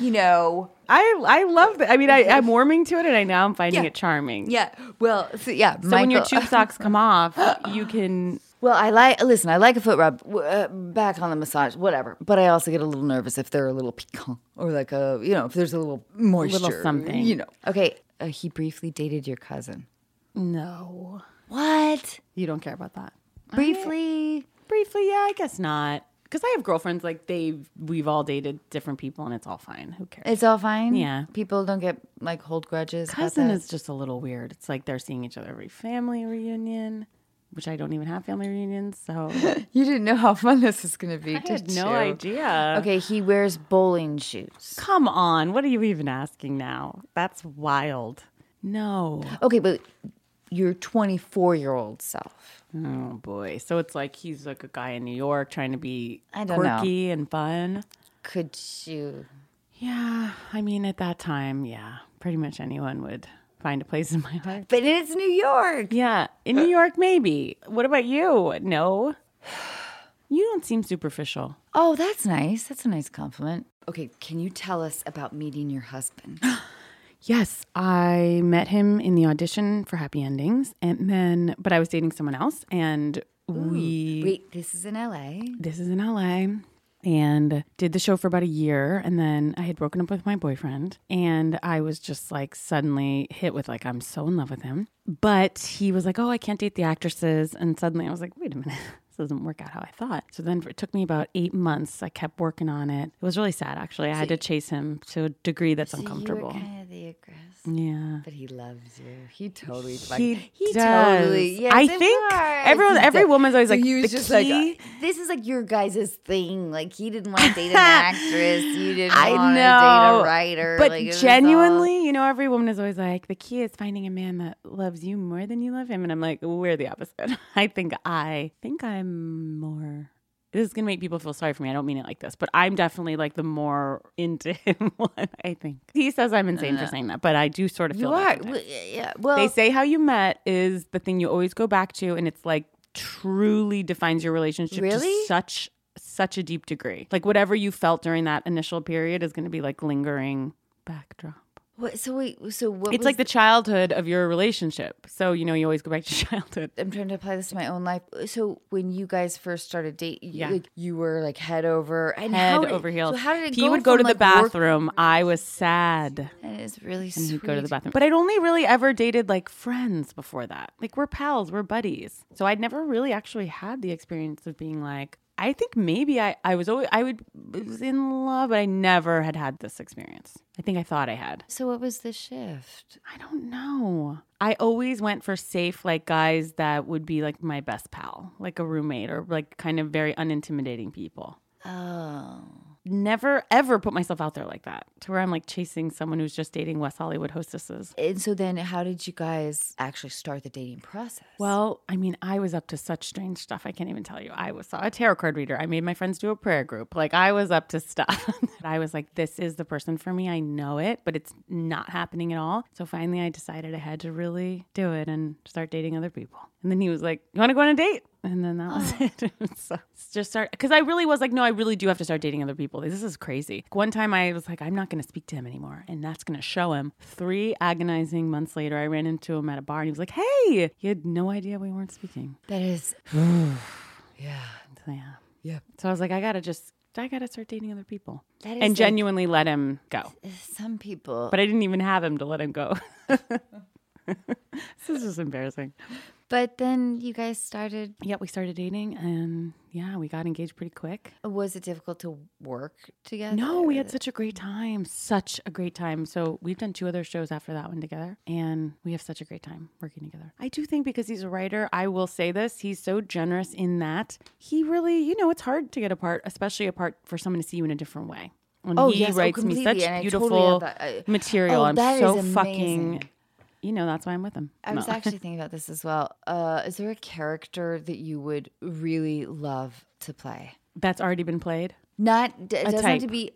Speaker 1: You know,
Speaker 3: I I love that. I mean, I, I'm warming to it, and I now I'm finding
Speaker 1: Yeah.
Speaker 3: it charming.
Speaker 1: yeah. Well, so, yeah. uh,
Speaker 3: So when your tube socks come off, you can.
Speaker 1: well, I like. Listen, I like a foot rub. w- Uh, back on the massage, whatever. But I also get a little nervous if they're a little piquant or like a, you know, if there's a little moisture,
Speaker 3: something.
Speaker 1: You know. Okay. Uh, he briefly dated your cousin.
Speaker 3: No,
Speaker 1: What?
Speaker 3: you don't care about that.
Speaker 1: Briefly.
Speaker 3: Briefly, yeah, I guess not. Because I have girlfriends like they we've all dated different people, and it's all fine. Who cares?
Speaker 1: It's all fine.
Speaker 3: Yeah.
Speaker 1: People don't get like hold grudges. about
Speaker 3: Cousin
Speaker 1: that.
Speaker 3: is just a little weird. It's like they're seeing each other every family reunion, which I don't even have family reunions, so I
Speaker 1: You didn't know how fun this is going to be.
Speaker 3: had
Speaker 1: did
Speaker 3: no
Speaker 1: you?
Speaker 3: idea.
Speaker 1: Okay, he wears bowling shoes.
Speaker 3: Come on, what are you even asking now? That's wild. No.
Speaker 1: Okay, but your 24 year old self.
Speaker 3: Oh boy. So it's like he's like a guy in New York trying to be
Speaker 1: I don't know.
Speaker 3: quirky and fun.
Speaker 1: Could you?
Speaker 3: Yeah. I mean, at that time, yeah, pretty much anyone would find a place in my heart.
Speaker 1: But it's New York.
Speaker 3: Yeah. In New York, maybe. What about you? No. You don't seem superficial.
Speaker 1: Oh, that's nice. That's a nice compliment. Okay, can you tell us about meeting your husband?
Speaker 3: Yes, I met him in the audition for Happy Endings, and then, but I was dating someone else, and we.
Speaker 1: Wait, this is in LA.
Speaker 3: This is in LA, and did the show for about a year, and then I had broken up with my boyfriend, and I was just like suddenly hit with like I'm so in love with him, but he was like, oh, I can't date the actresses, and suddenly I was like, wait a minute. This doesn't work out how I thought. So then it took me about eight months. I kept working on it. It was really sad, actually. I had to chase him to a degree that's uncomfortable.
Speaker 6: kind of the aggressive.
Speaker 3: yeah.
Speaker 6: But he loves you. He totally
Speaker 3: He,
Speaker 6: like
Speaker 3: does.
Speaker 6: totally- yes,
Speaker 3: I
Speaker 6: it
Speaker 3: think
Speaker 6: was.
Speaker 3: everyone,
Speaker 6: He
Speaker 3: every
Speaker 6: did.
Speaker 3: woman's always
Speaker 6: So
Speaker 3: like,
Speaker 6: he was
Speaker 3: the
Speaker 6: just like, uh,
Speaker 3: key,
Speaker 6: this is like your guys' thing. Like he didn't want to date an actress. You didn't
Speaker 3: I
Speaker 6: want to date
Speaker 3: know,
Speaker 6: a writer.
Speaker 3: but
Speaker 6: like, it was all-
Speaker 3: genuinely, you know, every woman is always like, the key is finding a man that loves you more than you love him, and I'm like, we're the opposite. I think I think I'm more. This is gonna make people feel sorry for me. I don't mean it like this, but I'm definitely like the more into him one. I think he says I'm insane for saying that, but I do sort of feel
Speaker 6: Uh-huh. you are.
Speaker 3: that sometimes.
Speaker 6: Well, yeah. Well,
Speaker 3: They say how you met is the thing you always go back to, and it's like truly defines your relationship
Speaker 6: Really?
Speaker 3: to such such a deep degree. Like whatever you felt during that initial period is going to be like lingering backdrop.
Speaker 6: what, so wait. So what?
Speaker 3: it's
Speaker 6: was
Speaker 3: like the childhood of your relationship. So you know you always go back to childhood.
Speaker 6: I'm trying to apply this to my own life. So when you guys first started dating,
Speaker 3: Yeah.
Speaker 6: like, you were like head over and how
Speaker 3: Head
Speaker 6: did-
Speaker 3: over heels.
Speaker 6: So how did it
Speaker 3: he
Speaker 6: go
Speaker 3: would go
Speaker 6: from,
Speaker 3: to the
Speaker 6: like, work-
Speaker 3: bathroom. I was sad.
Speaker 6: That is really
Speaker 3: And he'd
Speaker 6: sweet.
Speaker 3: go to the bathroom. But I'd only really ever dated like friends before that. Like we're pals, we're buddies. So I'd never really actually had the experience of being like, I think maybe I, I was always I would was in love, but I never had had this experience. I think I thought I had.
Speaker 6: So what was the shift?
Speaker 3: I don't know. I always went for safe, like guys that would be like my best pal, like a roommate, or like kind of very unintimidating people.
Speaker 6: Oh,
Speaker 3: Never ever put myself out there like that to where I'm like chasing someone who's just dating West Hollywood hostesses.
Speaker 6: and so then how did you guys actually start the dating process?
Speaker 3: Well, I mean, I was up to such strange stuff. I can't even tell you. I was a tarot card reader. I made my friends do a prayer group. Like I was up to stuff. I was like, this is the person for me. I know it, but it's not happening at all. So finally, I decided I had to really do it and start dating other people. And then he was like, "You want to go on a date?" And then that was it. so it's just start because I really was like, no, I really do have to start dating other people. This is crazy. Like, one time I was like, I'm not going to speak to him anymore, and that's going to show him. Three agonizing months later, I ran into him at a bar, and he was like, "Hey!" He had no idea we weren't speaking.
Speaker 6: that is
Speaker 3: So, yeah, yeah. So I was like, I gotta just, I gotta start dating other people,
Speaker 6: That is
Speaker 3: and
Speaker 6: like-
Speaker 3: genuinely let him go.
Speaker 6: some people.
Speaker 3: But I didn't even have him to let him go. this is just embarrassing.
Speaker 6: But then you guys started.
Speaker 3: Yeah, we started dating, and yeah, we got engaged pretty quick.
Speaker 6: Was it difficult to work together?
Speaker 3: No, we had such a great time. Such a great time. So we've done two other shows after that one together, and we have such a great time working together. I do think because he's a writer, I will say this, he's so generous in that he really, you know, it's hard to get a part, especially a part for someone to see you in a different way. And
Speaker 6: Oh,
Speaker 3: he
Speaker 6: yes, oh,
Speaker 3: writes me such
Speaker 6: completely, and I totally
Speaker 3: beautiful
Speaker 6: have that. I-
Speaker 3: material.
Speaker 6: oh,
Speaker 3: I'm
Speaker 6: that is
Speaker 3: so
Speaker 6: amazing.
Speaker 3: fucking, you know, that's why I'm with him.
Speaker 6: I was
Speaker 3: No.
Speaker 6: actually thinking about this as well. Uh, is there a character that you would really love to play?
Speaker 3: that's already been played.
Speaker 6: Not d- it
Speaker 3: A
Speaker 6: doesn't have to
Speaker 3: type.
Speaker 6: be.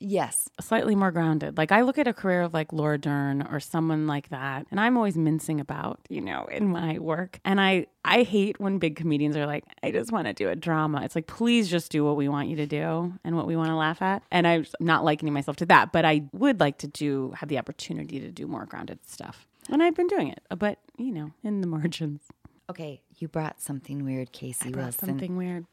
Speaker 6: Yes,
Speaker 3: slightly more grounded. Like I look at a career of like Laura Dern or someone like that, and I'm always mincing about, you know, in my work. And I I hate when big comedians are like, I just want to do a drama. It's like, please just do what we want you to do and what we want to laugh at. And I'm just not likening myself to that, but I would like to do have the opportunity to do more grounded stuff. And I've been doing it, but you know, in the margins.
Speaker 6: Okay, you brought something weird, Casey
Speaker 3: Brought
Speaker 6: Wilson.
Speaker 3: Something weird.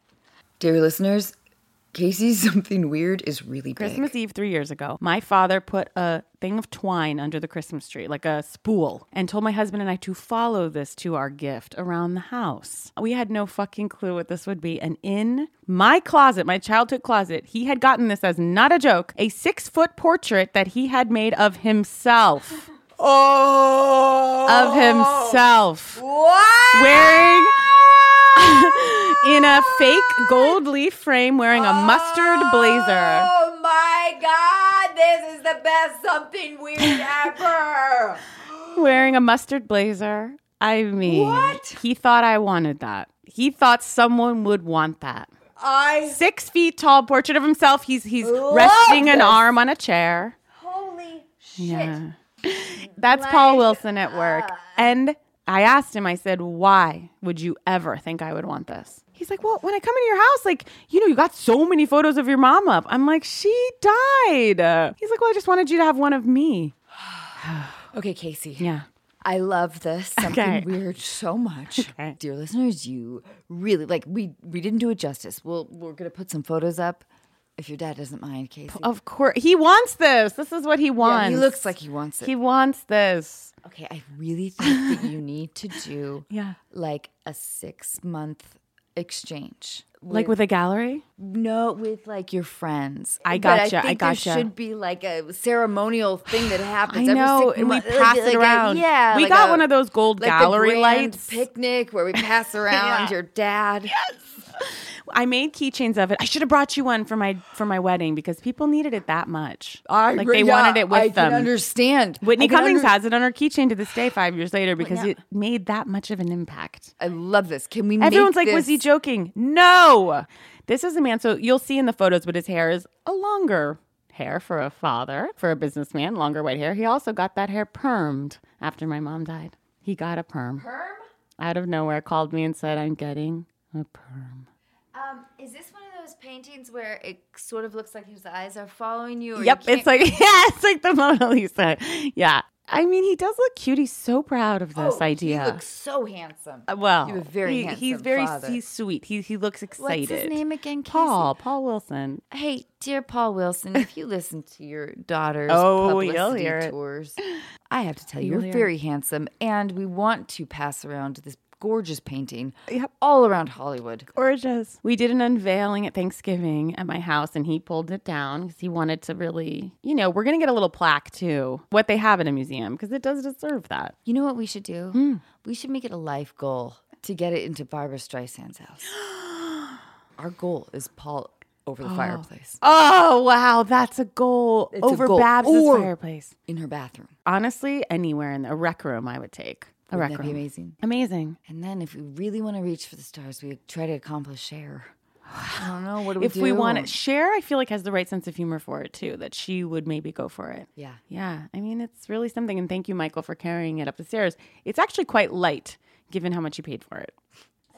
Speaker 1: Dear listeners, Casey's something weird is really big.
Speaker 3: Christmas Eve three years ago, my father put a thing of twine under the Christmas tree, like a spool, and told my husband and I to follow this to our gift around the house. We had no fucking clue what this would be. And in my closet, my childhood closet, he had gotten this as not a joke, a six foot portrait that he had made of himself. Oh! Of himself. Wearing in a fake gold leaf frame wearing a mustard blazer.
Speaker 6: Oh my God, this is the best something weird ever.
Speaker 3: wearing a mustard blazer. I mean, what? He thought I wanted that. He thought someone would want that.
Speaker 6: I
Speaker 3: Six feet tall portrait of himself. He's he's resting an arm on a chair.
Speaker 6: holy shit.
Speaker 3: Yeah. That's Paul Wilson at work. And I asked him, I said, why would you ever think I would want this? He's like, well, when I come into your house, like, you know, you got so many photos of your mom up. I'm like, she died. He's like, well, I just wanted you to have one of me.
Speaker 1: Okay, Casey.
Speaker 3: Yeah.
Speaker 1: I love this. Something
Speaker 3: Okay.
Speaker 1: weird so much.
Speaker 3: Okay.
Speaker 1: Dear listeners, you really like we we didn't do it justice. We'll we're gonna put some photos up if your dad doesn't mind, Casey.
Speaker 3: Of course. He wants this. This is what he wants.
Speaker 1: Yeah, he looks like he wants it.
Speaker 3: He wants this.
Speaker 1: okay, I really think that you need to do
Speaker 3: Yeah.
Speaker 1: like a six month exchange.
Speaker 3: Like with a gallery?
Speaker 1: No, with like your friends.
Speaker 3: I
Speaker 1: But
Speaker 3: gotcha, I
Speaker 1: think
Speaker 3: gotcha.
Speaker 1: There should be like a ceremonial thing that happens.
Speaker 3: I
Speaker 1: every
Speaker 3: know,
Speaker 1: six
Speaker 3: and we
Speaker 1: months.
Speaker 3: pass it
Speaker 1: a-
Speaker 3: around.
Speaker 1: yeah,
Speaker 3: We
Speaker 1: like
Speaker 3: got
Speaker 1: a-
Speaker 3: one of those gold
Speaker 1: like the
Speaker 3: gallery
Speaker 1: grand
Speaker 3: lights.
Speaker 1: picnic where we pass around your dad.
Speaker 3: I made keychains of it. I should have brought you one for my for my wedding because people needed it that much.
Speaker 1: I
Speaker 3: like they
Speaker 1: yeah,
Speaker 3: wanted it with
Speaker 1: I
Speaker 3: them.
Speaker 1: Can understand
Speaker 3: Whitney
Speaker 1: I can
Speaker 3: Cummings
Speaker 1: under-
Speaker 3: has it on her keychain to this day, five years later, because it made that much of an impact.
Speaker 1: I love this. Can we?
Speaker 3: Everyone's
Speaker 1: make
Speaker 3: like, "Was he
Speaker 1: this-
Speaker 3: joking?" No, this is a man. So you'll see in the photos, but his hair is a longer hair for a father, for a businessman, longer white hair. He also got that hair permed after my mom died. He got a perm. Perm out of nowhere called me and said, "I'm getting a perm."
Speaker 7: Um, is this one of those paintings where it sort of looks like his eyes are following
Speaker 1: Oh,
Speaker 7: you? Or you
Speaker 3: Yep,
Speaker 7: can't-
Speaker 3: it's like yeah, it's like the Mona Lisa. Yeah, I mean, he does look cute. He's so proud of this idea.
Speaker 1: Oh, He looks so handsome.
Speaker 3: Uh, well,
Speaker 1: You have a very
Speaker 3: he-
Speaker 1: handsome
Speaker 3: he's very
Speaker 1: father.
Speaker 3: he's sweet. He he looks
Speaker 1: What's
Speaker 3: excited.
Speaker 1: his name again, Casey?
Speaker 3: Paul Paul Wilson.
Speaker 1: Hey, dear Paul Wilson, if you listen to your daughter's
Speaker 3: Oh,
Speaker 1: publicity
Speaker 3: you'll hear it.
Speaker 1: tours, I have to tell you,
Speaker 3: You'll
Speaker 1: you're
Speaker 3: hear
Speaker 1: very handsome, and we want to pass around this gorgeous painting all around Hollywood.
Speaker 3: Gorgeous. We did an unveiling at Thanksgiving at my house, and he pulled it down because he wanted to really, you know, we're gonna get a little plaque too. What they have in a museum because it does deserve that.
Speaker 1: You know what we should do?
Speaker 3: Hmm.
Speaker 1: We should make it a life goal to get it into Barbara Streisand's house. Our goal is Paul over the fireplace
Speaker 3: Oh wow, that's a goal
Speaker 1: It's a
Speaker 3: over
Speaker 1: goal.
Speaker 3: Babs'
Speaker 1: Or-
Speaker 3: fireplace.
Speaker 1: in her bathroom.
Speaker 3: Honestly, anywhere in the, a rec room, I would take a
Speaker 1: Wouldn't
Speaker 3: rec
Speaker 1: that
Speaker 3: room.
Speaker 1: be amazing?
Speaker 3: Amazing.
Speaker 1: And then, if we really want to reach for the stars, we try to accomplish share. I don't know. What do we
Speaker 3: If
Speaker 1: do?
Speaker 3: we want it, Cher, I feel like has the right sense of humor for it too. That she would maybe go for it.
Speaker 1: yeah.
Speaker 3: Yeah, I mean, it's really something. And thank you, Michael, for carrying it up the stairs. It's actually quite light given how much you paid for it.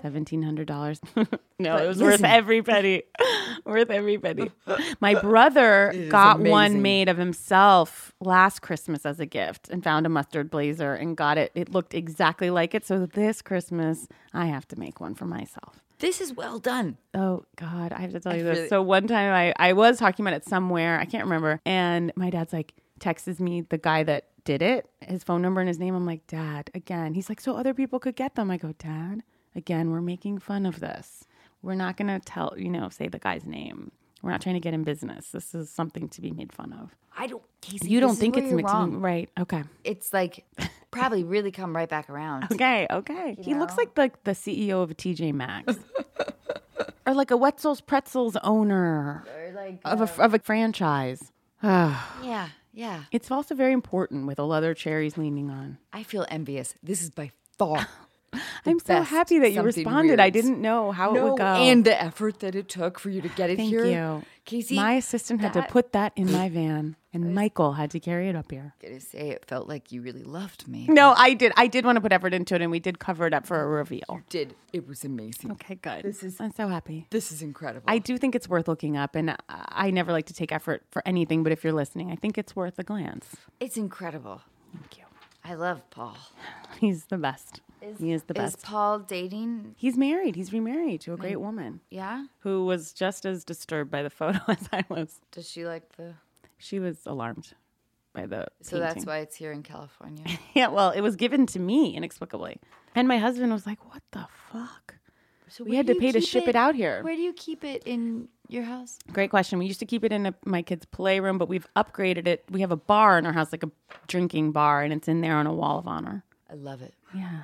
Speaker 3: Seventeen hundred dollars. no, it was worth
Speaker 1: listen-
Speaker 3: every penny. worth every penny. My brother got one
Speaker 1: amazing.
Speaker 3: made of himself last Christmas as a gift, and found a mustard blazer and got it. It looked exactly like it. So this Christmas, I have to make one for myself.
Speaker 1: This is well done.
Speaker 3: Oh God, I have to tell you this.
Speaker 1: really-
Speaker 3: So one time I, I was talking about it somewhere, I can't remember, and my dad's like texts me the guy that did it, his phone number and his name. I'm like, Dad, again. He's like, so other people could get them. I go, Dad, again, we're making fun of this. We're not gonna tell you know, say the guy's name. We're not trying to get in business. This is something to be made fun of.
Speaker 1: I don't. Casey,
Speaker 3: You
Speaker 1: this
Speaker 3: don't
Speaker 1: is
Speaker 3: think
Speaker 1: where
Speaker 3: it's
Speaker 1: you're
Speaker 3: mixed
Speaker 1: wrong.
Speaker 3: right? Okay.
Speaker 1: It's like probably really come right back around.
Speaker 3: Okay, okay. he looks like the, the CEO of a TJ Maxx. or like a Wetzel's Pretzels owner. Or like of a of a franchise.
Speaker 1: Yeah, yeah.
Speaker 3: It's also very important with all other cherries leaning on.
Speaker 1: I feel envious. This is by far.
Speaker 3: I'm so
Speaker 1: best
Speaker 3: happy that you
Speaker 1: something
Speaker 3: responded. I
Speaker 1: weirds.
Speaker 3: didn't know how it
Speaker 1: No,
Speaker 3: would go.
Speaker 1: and the effort that it took for you to get it
Speaker 3: thank
Speaker 1: here.
Speaker 3: you.
Speaker 1: Casey.
Speaker 3: my assistant had to put that in my van and Michael had to carry it up here.
Speaker 1: I'm gonna say it felt like you really loved me.
Speaker 3: No, I did. I did want to put effort into it and we did cover it up for a reveal.
Speaker 1: did it was amazing.
Speaker 3: Okay, good. I'm so happy.
Speaker 1: This is incredible.
Speaker 3: I do think it's worth looking up, and I- I never like to take effort for anything. But if you're listening, I think it's worth a glance.
Speaker 1: it's incredible.
Speaker 3: Thank you.
Speaker 1: I love Paul.
Speaker 3: He's the best. he is the
Speaker 7: Is
Speaker 3: best.
Speaker 7: Paul dating?
Speaker 3: He's married. He's remarried to a great woman
Speaker 7: Yeah.
Speaker 3: who was just as disturbed by the photo as I was.
Speaker 7: Does she like the?
Speaker 3: She was alarmed by the.
Speaker 7: So that's
Speaker 3: painting.
Speaker 7: why it's here in California.
Speaker 3: Yeah, well, it was given to me inexplicably, and my husband was like, "What the fuck."
Speaker 7: So
Speaker 3: We
Speaker 7: where
Speaker 3: had
Speaker 7: do
Speaker 3: to
Speaker 7: you
Speaker 3: pay to
Speaker 7: keep
Speaker 3: ship it out here.
Speaker 7: Where do you keep it in your house?
Speaker 3: Great question. We used to keep it in a, my kids' playroom, but we've upgraded it. We have a bar in our house, like a drinking bar, and it's in there on a wall of honor.
Speaker 1: I love it.
Speaker 3: Yeah.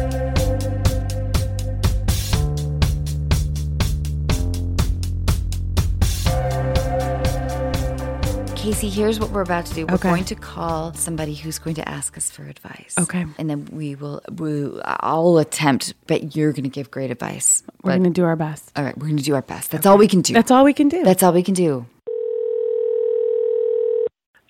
Speaker 1: Casey, here's what we're about to do. We're
Speaker 3: Okay.
Speaker 1: going to call somebody who's going to ask us for advice.
Speaker 3: Okay.
Speaker 1: And then we will, we, I'll attempt, but you're going to give great advice.
Speaker 3: We're
Speaker 1: But-
Speaker 3: going to do our best.
Speaker 1: all right, we're going to do our best. That's all we can do.
Speaker 3: That's all we can do.
Speaker 1: That's all we can do.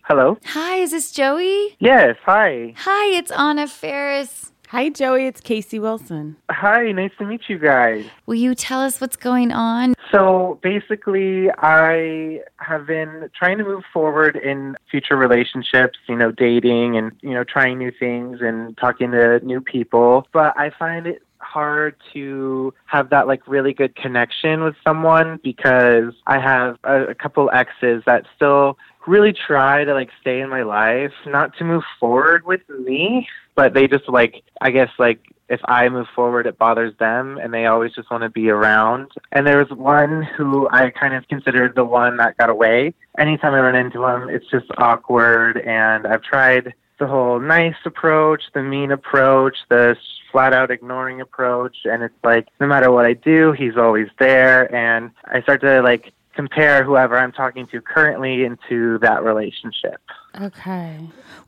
Speaker 8: Hello.
Speaker 1: Hi, is this Joey?
Speaker 8: Yes. Hi.
Speaker 1: Hi, it's Anna Ferris.
Speaker 3: Hi, Joey. It's Casey Wilson.
Speaker 8: Hi. Nice to meet you guys.
Speaker 1: Will you tell us what's going on?
Speaker 8: So basically, I have been trying to move forward in future relationships, you know, dating and, you know, trying new things and talking to new people. But I find it hard to have that like really good connection with someone because I have a, a couple exes that still really try to like stay in my life, not to move forward with me, but they just like, I guess, like, if I move forward, it bothers them, and they always just want to be around. And there was one who I kind of considered the one that got away. Anytime I run into him, it's just awkward. And I've tried the whole nice approach, the mean approach, the flat out ignoring approach. And it's like, no matter what I do, he's always there. And I start to like compare whoever I'm talking to currently into that relationship.
Speaker 3: Okay.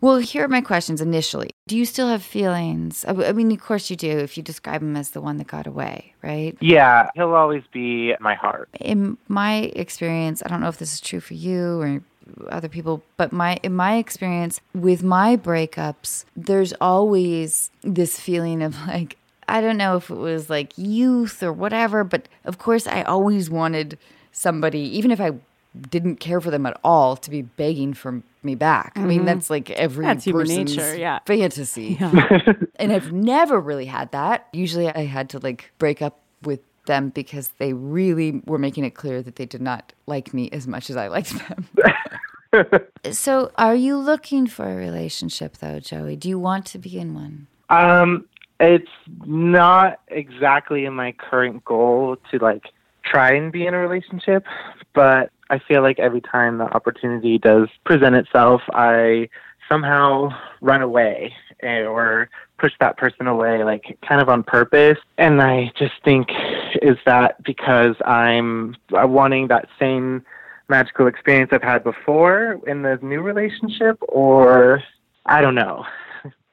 Speaker 1: Well, here are my questions initially. Do you still have feelings? I I mean, of course you do if you describe him as the one that got away, right?
Speaker 8: Yeah, he'll always be my heart.
Speaker 1: in my experience, I don't know if this is true for you or other people, but my in my experience with my breakups, there's always this feeling of like I don't know if it was like youth or whatever, but of course I always wanted somebody even if I didn't care for them at all to be begging for me back. I mean, that's like every
Speaker 3: Mm-hmm. That's human
Speaker 1: person's
Speaker 3: nature, yeah.
Speaker 1: fantasy and I've never really had that. Usually I had to like break up with them because they really were making it clear that they did not like me as much as I liked them. so, are you looking for a relationship though, Joey? Do you want to be in one?
Speaker 8: Um, it's not exactly in my current goal to like try and be in a relationship, but I feel like every time the opportunity does present itself, I somehow run away eh, or push that person away, like kind of on purpose. And I just think, is that because I'm uh, wanting that same magical experience I've had before in the new relationship, or I don't know.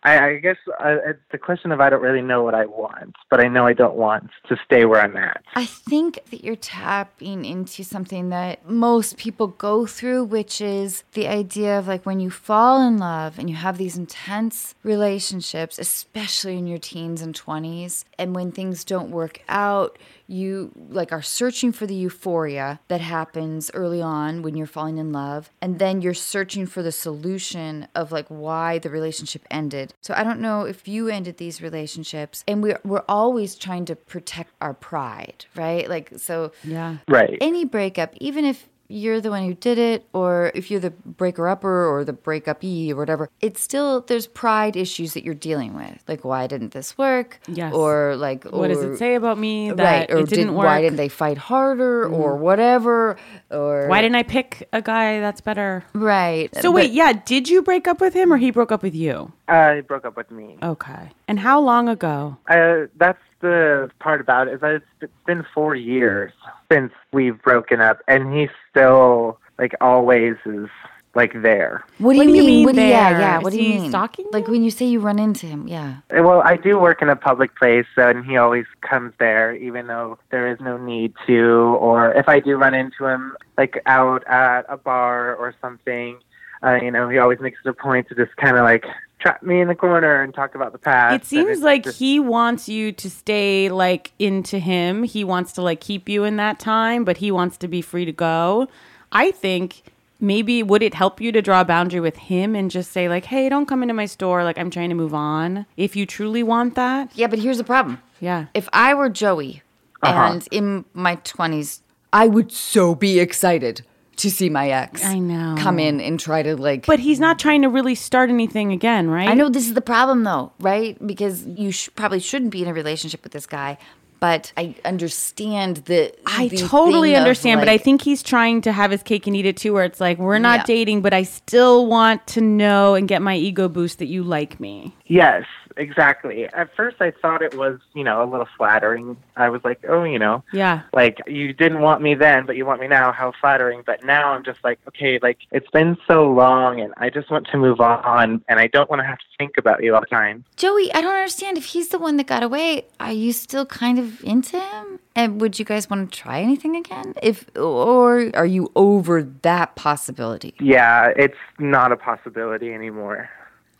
Speaker 8: I, I guess uh, it's the question of I don't really know what I want, but I know I don't want to stay where I'm at.
Speaker 1: I think that you're tapping into something that most people go through, which is the idea of like when you fall in love and you have these intense relationships, especially in your teens and 20s, and when things don't work out, you like are searching for the euphoria that happens early on when you're falling in love, and then you're searching for the solution of like why the relationship ended. So I don't know if you ended these relationships, and we're, we're always trying to protect our pride, right? Like, so
Speaker 3: Yeah.
Speaker 8: Right.
Speaker 1: any breakup, even if you're the one who did it, or if you're the breaker upper or the breakup e or whatever, it's still there's pride issues that you're dealing with. Like, why didn't this work?
Speaker 3: Yes.
Speaker 1: Or like,
Speaker 3: What does
Speaker 1: or-
Speaker 3: it say about me
Speaker 1: right?
Speaker 3: that
Speaker 1: Or
Speaker 3: it didn't
Speaker 1: did-
Speaker 3: work? Mm-hmm.
Speaker 1: Why didn't they fight harder or whatever? Or
Speaker 3: Why didn't I pick a guy that's better?
Speaker 1: right?
Speaker 3: So wait, yeah, did you break up with him or he broke up with you?
Speaker 8: Uh, he broke up with me.
Speaker 3: Okay. And how long ago?
Speaker 8: Uh, that's the part about it. is that It's it's been four years since we've broken up, and he's still like always is like there.
Speaker 1: What do
Speaker 3: What
Speaker 1: you
Speaker 3: do you
Speaker 1: mean?
Speaker 3: mean
Speaker 1: what do you, yeah,
Speaker 3: there?
Speaker 1: yeah.
Speaker 3: Is
Speaker 1: What do you
Speaker 3: he
Speaker 1: mean?
Speaker 3: stalking
Speaker 1: Like
Speaker 3: you?
Speaker 1: when you say you run into him, yeah.
Speaker 8: Uh, Well, I do work in a public place, and he always comes there, even though there is no need to. Or if I do run into him, like out at a bar or something, uh, you know, he always makes it a point to just kind of like trap me in the corner and talk about the past.
Speaker 3: It
Speaker 8: and
Speaker 3: seems
Speaker 8: it's
Speaker 3: like
Speaker 8: just-
Speaker 3: he wants you to stay like into him. He wants to like keep you in that time, but he wants to be free to go. I think maybe would it help you to draw a boundary with him and just say like, "Hey, don't come into my store. Like I'm trying to move on." If you truly want that.
Speaker 1: Yeah, but here's the problem.
Speaker 3: Yeah.
Speaker 1: If I were Joey and in my 20s, I would so be excited to see my ex. I know. Come in and try to like.
Speaker 3: But he's not trying to really start anything again, right?
Speaker 1: I know this is the problem though, right? Because you sh- probably shouldn't be in a relationship with this guy. But I understand the.
Speaker 3: I totally understand, but I think he's trying to have his cake and eat it too, where it's like, we're not
Speaker 1: Yeah.
Speaker 3: dating, but I still want to know and get my ego boost that you like me.
Speaker 8: Yes, exactly. At first, I thought it was, you know, a little flattering. I was like, oh, you know,
Speaker 3: Yeah.
Speaker 8: like you didn't want me then, but you want me now. How flattering. But now I'm just like, okay, like it's been so long and I just want to move on and I don't want to have to think about you all the time.
Speaker 1: Joey, I don't understand. If he's the one that got away, are you still kind of into him? And would you guys want to try anything again? If or are you over that possibility?
Speaker 8: Yeah, it's not a possibility anymore.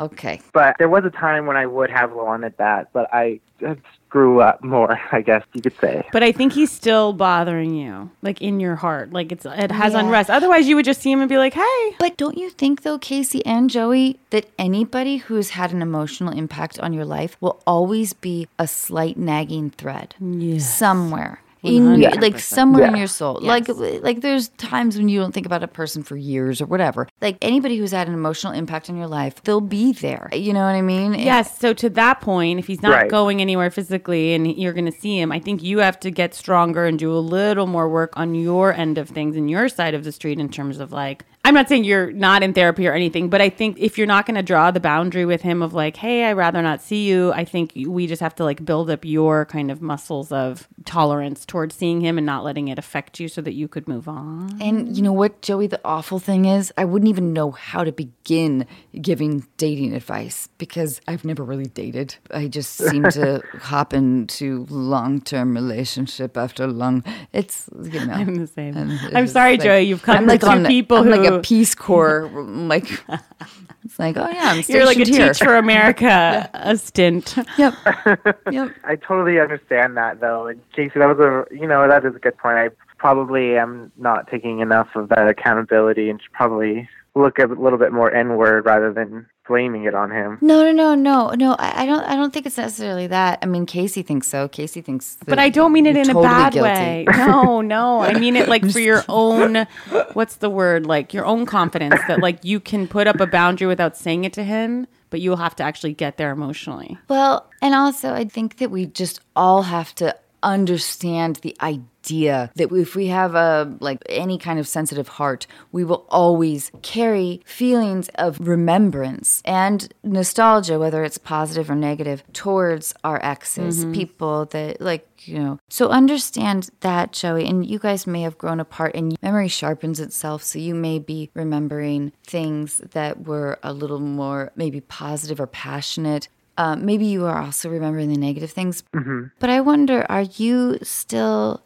Speaker 1: Okay.
Speaker 8: But there was a time when I would have wanted that, but I just grew up more, I guess you could say.
Speaker 3: But I think he's still bothering you, like in your heart. Like it's it has
Speaker 1: Yeah.
Speaker 3: unrest. Otherwise, you would just see him and be like, "Hey."
Speaker 1: But don't you think though, Casey and Joey, that anybody who's had an emotional impact on your life will always be a slight nagging thread somewhere. In,
Speaker 6: 100%.
Speaker 1: like somewhere in
Speaker 6: Yeah.
Speaker 1: your soul
Speaker 6: Yes.
Speaker 1: like like there's times when you don't think about a person for years or whatever like anybody who's had an emotional impact on your life they'll be there you know what i mean
Speaker 3: Yes. So to that point, if he's not
Speaker 1: Right.
Speaker 3: going anywhere physically and you're going to see him, I think you have to get stronger and do a little more work on your end of things and your side of the street in terms of like, I'm not saying you're not in therapy or anything, but I think if you're not going to draw the boundary with him of like, hey, I'd rather not see you, I think we just have to like build up your kind of muscles of tolerance towards seeing him and not letting it affect you so that you could move on.
Speaker 1: And you know what, Joey, the awful thing is, I wouldn't even know how to begin giving dating advice because I've never really dated. I just seem to hop into long term relationship after long. It's, you know.
Speaker 3: I'm the same.
Speaker 1: and
Speaker 3: I'm
Speaker 1: it's
Speaker 3: sorry,
Speaker 1: like-
Speaker 3: Joey, you've come
Speaker 1: I'm
Speaker 3: to two
Speaker 1: on-
Speaker 3: people
Speaker 1: I'm like
Speaker 3: who-
Speaker 1: a Peace Corps, like, it's like, oh yeah, I'm
Speaker 3: You're like a
Speaker 1: stationed here.
Speaker 3: Teach for America a stint.
Speaker 1: Yep.
Speaker 8: I totally understand that though. And Casey, that was a you know, that is a good point. I probably am not taking enough of that accountability and should probably look a little bit more inward rather than blaming it on him.
Speaker 1: No, no, no, no, no. I, I don't. I don't think it's necessarily that. I mean, Casey thinks so. Casey thinks.
Speaker 3: But
Speaker 1: that
Speaker 3: I don't mean it
Speaker 1: you're
Speaker 3: in
Speaker 1: totally
Speaker 3: a bad
Speaker 1: guilty.
Speaker 3: way. No, no. I mean it like for your own what's the word? Like your own confidence that like you can put up a boundary without saying it to him, but you'll have to actually get there emotionally.
Speaker 1: Well, and also, I think that we just all have to understand the idea that if we have a like any kind of sensitive heart we will always carry feelings of remembrance and nostalgia whether it's positive or negative towards our exes
Speaker 6: Mhm.
Speaker 1: people that like you know so understand that joey and you guys may have grown apart and memory sharpens itself so you may be remembering things that were a little more maybe positive or passionate uh, maybe you are also remembering the negative things. But I wonder, are you still?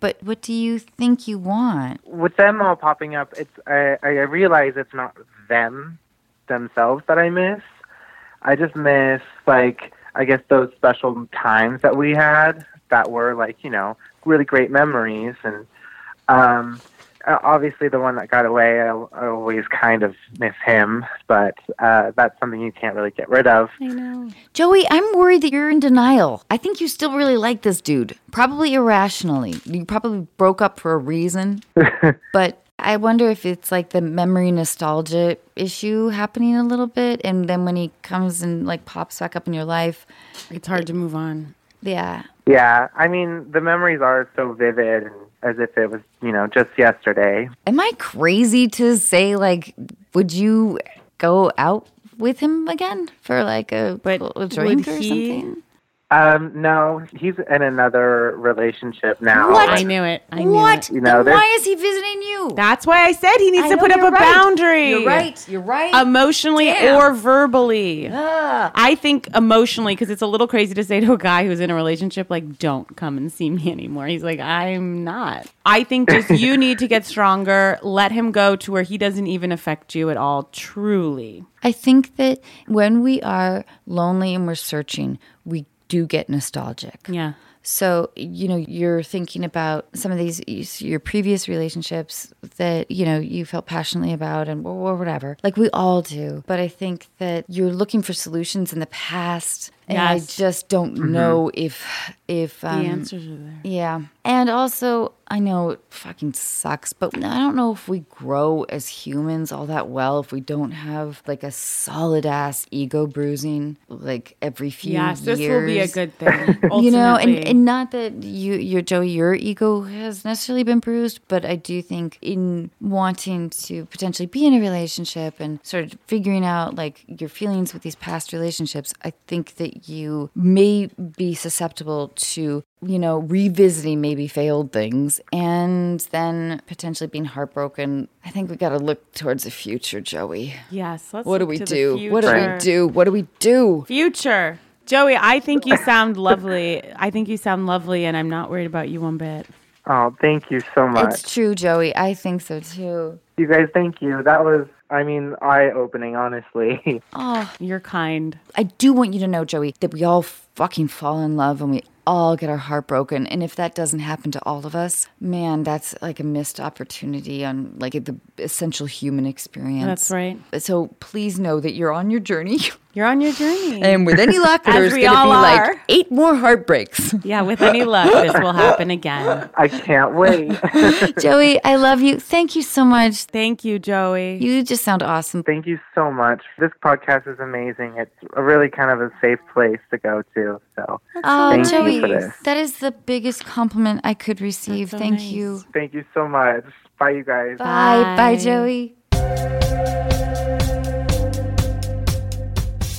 Speaker 1: But what do you think you want?
Speaker 8: With them all popping up, it's I, I realize it's not them themselves that I miss. I just miss like I guess those special times that we had that were like, you know, really great memories and um uh, obviously the one that got away I, I always kind of miss him but uh, that's something you can't really get rid of
Speaker 3: I know.
Speaker 1: Joey, I'm worried that you're in denial. I think you still really like this dude, probably irrationally. You probably broke up for a reason. but I wonder if it's like the memory nostalgia issue happening a little bit. And then when he comes and like pops back up in your life,
Speaker 3: it's hard to move on.
Speaker 1: Yeah.
Speaker 8: yeah i mean the memories are so vivid and as if it was you know just yesterday
Speaker 1: Am I crazy to say like would you go out with him again for like a, a drink or something?
Speaker 8: um no he's in another relationship now
Speaker 1: What?
Speaker 3: I knew it. I knew
Speaker 1: What?
Speaker 8: You know,
Speaker 1: then
Speaker 8: there's-
Speaker 1: why is he visiting you?
Speaker 3: That's why I said he needs
Speaker 1: I
Speaker 3: to
Speaker 1: know,
Speaker 3: put up
Speaker 1: you're
Speaker 3: a
Speaker 1: right.
Speaker 3: boundary.
Speaker 1: You're right. You're right.
Speaker 3: Emotionally
Speaker 1: Damn. Ah.
Speaker 3: or verbally. I think emotionally, because it's a little crazy to say to a guy who's in a relationship, like, don't come and see me anymore. He's like, I'm not. I think just you need to get stronger. Let him go to where he doesn't even affect you at all, truly.
Speaker 1: I think that when we are lonely and we're searching, we do get nostalgic.
Speaker 3: Yeah.
Speaker 1: So, you know, you're thinking about some of these, your previous relationships that, you know, you felt passionately about and or whatever. Like we all do. But I think that you're looking for solutions in the past And
Speaker 6: Yes.
Speaker 1: I just don't
Speaker 6: Mhm.
Speaker 1: know if if
Speaker 6: The
Speaker 1: um,
Speaker 6: answers are there.
Speaker 1: Yeah, and also I know it fucking sucks, but I don't know if we grow as humans all that well if we don't have like a solid ass ego bruising like every few
Speaker 3: Yes,
Speaker 1: years.
Speaker 3: this will be a good thing,
Speaker 1: you know, and,
Speaker 3: ultimately.
Speaker 1: and not that you, your Joe, your ego has necessarily been bruised, but I do think in wanting to potentially be in a relationship and sort of figuring out like your feelings with these past relationships, I think that you may be susceptible to you know revisiting maybe failed things and then potentially being heartbroken. I think we got to look towards the future, Joey.
Speaker 3: Yes. Let's
Speaker 1: what do
Speaker 3: look
Speaker 1: we
Speaker 3: to the
Speaker 1: do? What do we
Speaker 3: future.
Speaker 1: do? What do we do?
Speaker 3: Future. Joey, I think you sound lovely. I think you sound lovely, and I'm not worried about you one bit.
Speaker 8: Oh, thank you so much.
Speaker 1: It's true, Joey. I think so too.
Speaker 8: you guys, thank you. That was, I mean, eye opening, honestly.
Speaker 1: Oh,
Speaker 3: you're kind.
Speaker 1: I do want you to know, Joey, that we all fucking fall in love and we all get our heart broken. And if that doesn't happen to all of us, man, that's like a missed opportunity on like the essential human experience.
Speaker 3: That's right.
Speaker 1: So please know that you're on your journey.
Speaker 3: You're on your journey.
Speaker 1: And with any luck,
Speaker 3: As
Speaker 1: there's
Speaker 3: we
Speaker 1: going to be
Speaker 3: all
Speaker 1: like
Speaker 3: are.
Speaker 1: eight more heartbreaks.
Speaker 3: Yeah, with any luck, this will happen again.
Speaker 8: I can't wait.
Speaker 1: Joey, I love you. Thank you so much.
Speaker 3: Thank you, Joey.
Speaker 1: You just sound awesome.
Speaker 8: Thank you so much. This podcast is amazing. It's a really kind of a safe place to go to. So
Speaker 1: Oh,
Speaker 8: thank
Speaker 1: Joey,
Speaker 8: you for this.
Speaker 1: that is the biggest compliment I could receive. Thank you.
Speaker 8: Thank you so much. Bye, you guys.
Speaker 1: Bye. Bye, Joey.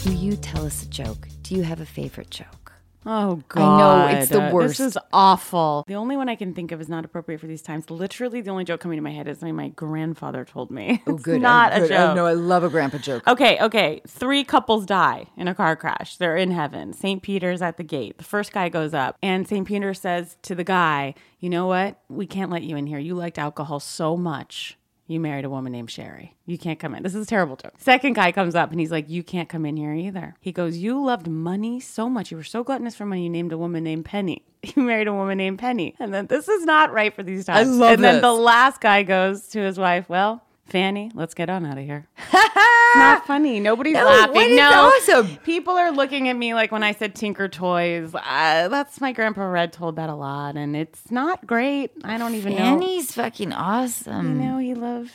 Speaker 1: Will you tell us a joke? Do you have a favorite joke?
Speaker 3: Oh
Speaker 1: I
Speaker 3: God!
Speaker 1: know, it's the worst.
Speaker 3: This is awful. The only one I can think of is not appropriate for these times. Literally, the only joke coming to my head is something my grandfather told me.
Speaker 1: Oh,
Speaker 3: It's
Speaker 1: good.
Speaker 3: Not
Speaker 1: oh,
Speaker 3: a
Speaker 1: good.
Speaker 3: joke.
Speaker 1: Oh, no, I love a grandpa joke.
Speaker 3: Okay, okay. Three couples die in a car crash. They're in heaven. St. Peter's at the gate. The first guy goes up, and St. Peter says to the guy, You know what? We can't let you in here. You liked alcohol so much. You married a woman named Sherry. You can't come in. This is a terrible joke. Second guy comes up and he's like, You can't come in here either. He goes, You loved money so much. You were so gluttonous for money. You named a woman named Penny. You married a woman named Penny. And then this is not right for these
Speaker 1: I
Speaker 3: times.
Speaker 1: love
Speaker 3: And then the
Speaker 1: this.
Speaker 3: last guy goes to his wife, Well, Fanny, let's get on out of here. It's not funny. Nobody's
Speaker 1: No,
Speaker 3: laughing.
Speaker 1: what is
Speaker 3: Ah! no,
Speaker 1: awesome?
Speaker 3: People are looking at me like when I said Tinker Toys. Uh, that's my grandpa Red told that a lot, and it's not great. I don't even know.
Speaker 1: Annie's fucking awesome.
Speaker 3: You know, he loved.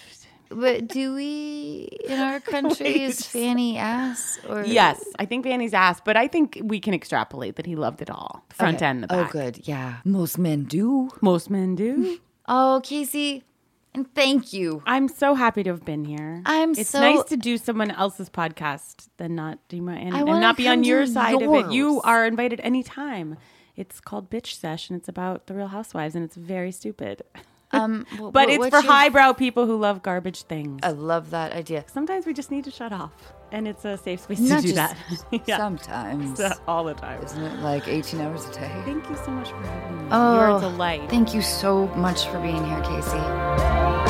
Speaker 1: But do we in our country is Fanny ass or
Speaker 3: Yes, I think Fanny's ass, but I think we can extrapolate that he loved it all, front
Speaker 1: Okay.
Speaker 3: and the
Speaker 1: Oh,
Speaker 3: back.
Speaker 1: good. Yeah, most men do.
Speaker 3: Most men do.
Speaker 1: Oh, Casey, and thank you.
Speaker 3: I'm so happy to have been here.
Speaker 1: I'm
Speaker 3: It's
Speaker 1: so-
Speaker 3: nice to do someone else's podcast than not do my and,
Speaker 1: I
Speaker 3: and
Speaker 1: wanna
Speaker 3: not be on
Speaker 1: come
Speaker 3: your
Speaker 1: to
Speaker 3: side of it. You
Speaker 1: yours.
Speaker 3: are invited anytime. It's called Bitch Sesh, and it's about the Real Housewives, and it's very stupid.
Speaker 1: Um, wh-
Speaker 3: but
Speaker 1: wh-
Speaker 3: it's
Speaker 1: what's
Speaker 3: for
Speaker 1: your-
Speaker 3: highbrow people who love garbage things.
Speaker 1: I love that idea.
Speaker 3: Oh. Sometimes we just need to shut off, and it's a safe space
Speaker 1: Not
Speaker 3: to do
Speaker 1: just
Speaker 3: that. Yeah.
Speaker 1: sometimes.
Speaker 3: So- all the time.
Speaker 1: Isn't it like 18 hours a day?
Speaker 3: Thank you so much for having me.
Speaker 1: Oh,
Speaker 3: You're a delight.
Speaker 1: Thank you so much for being here, Casey.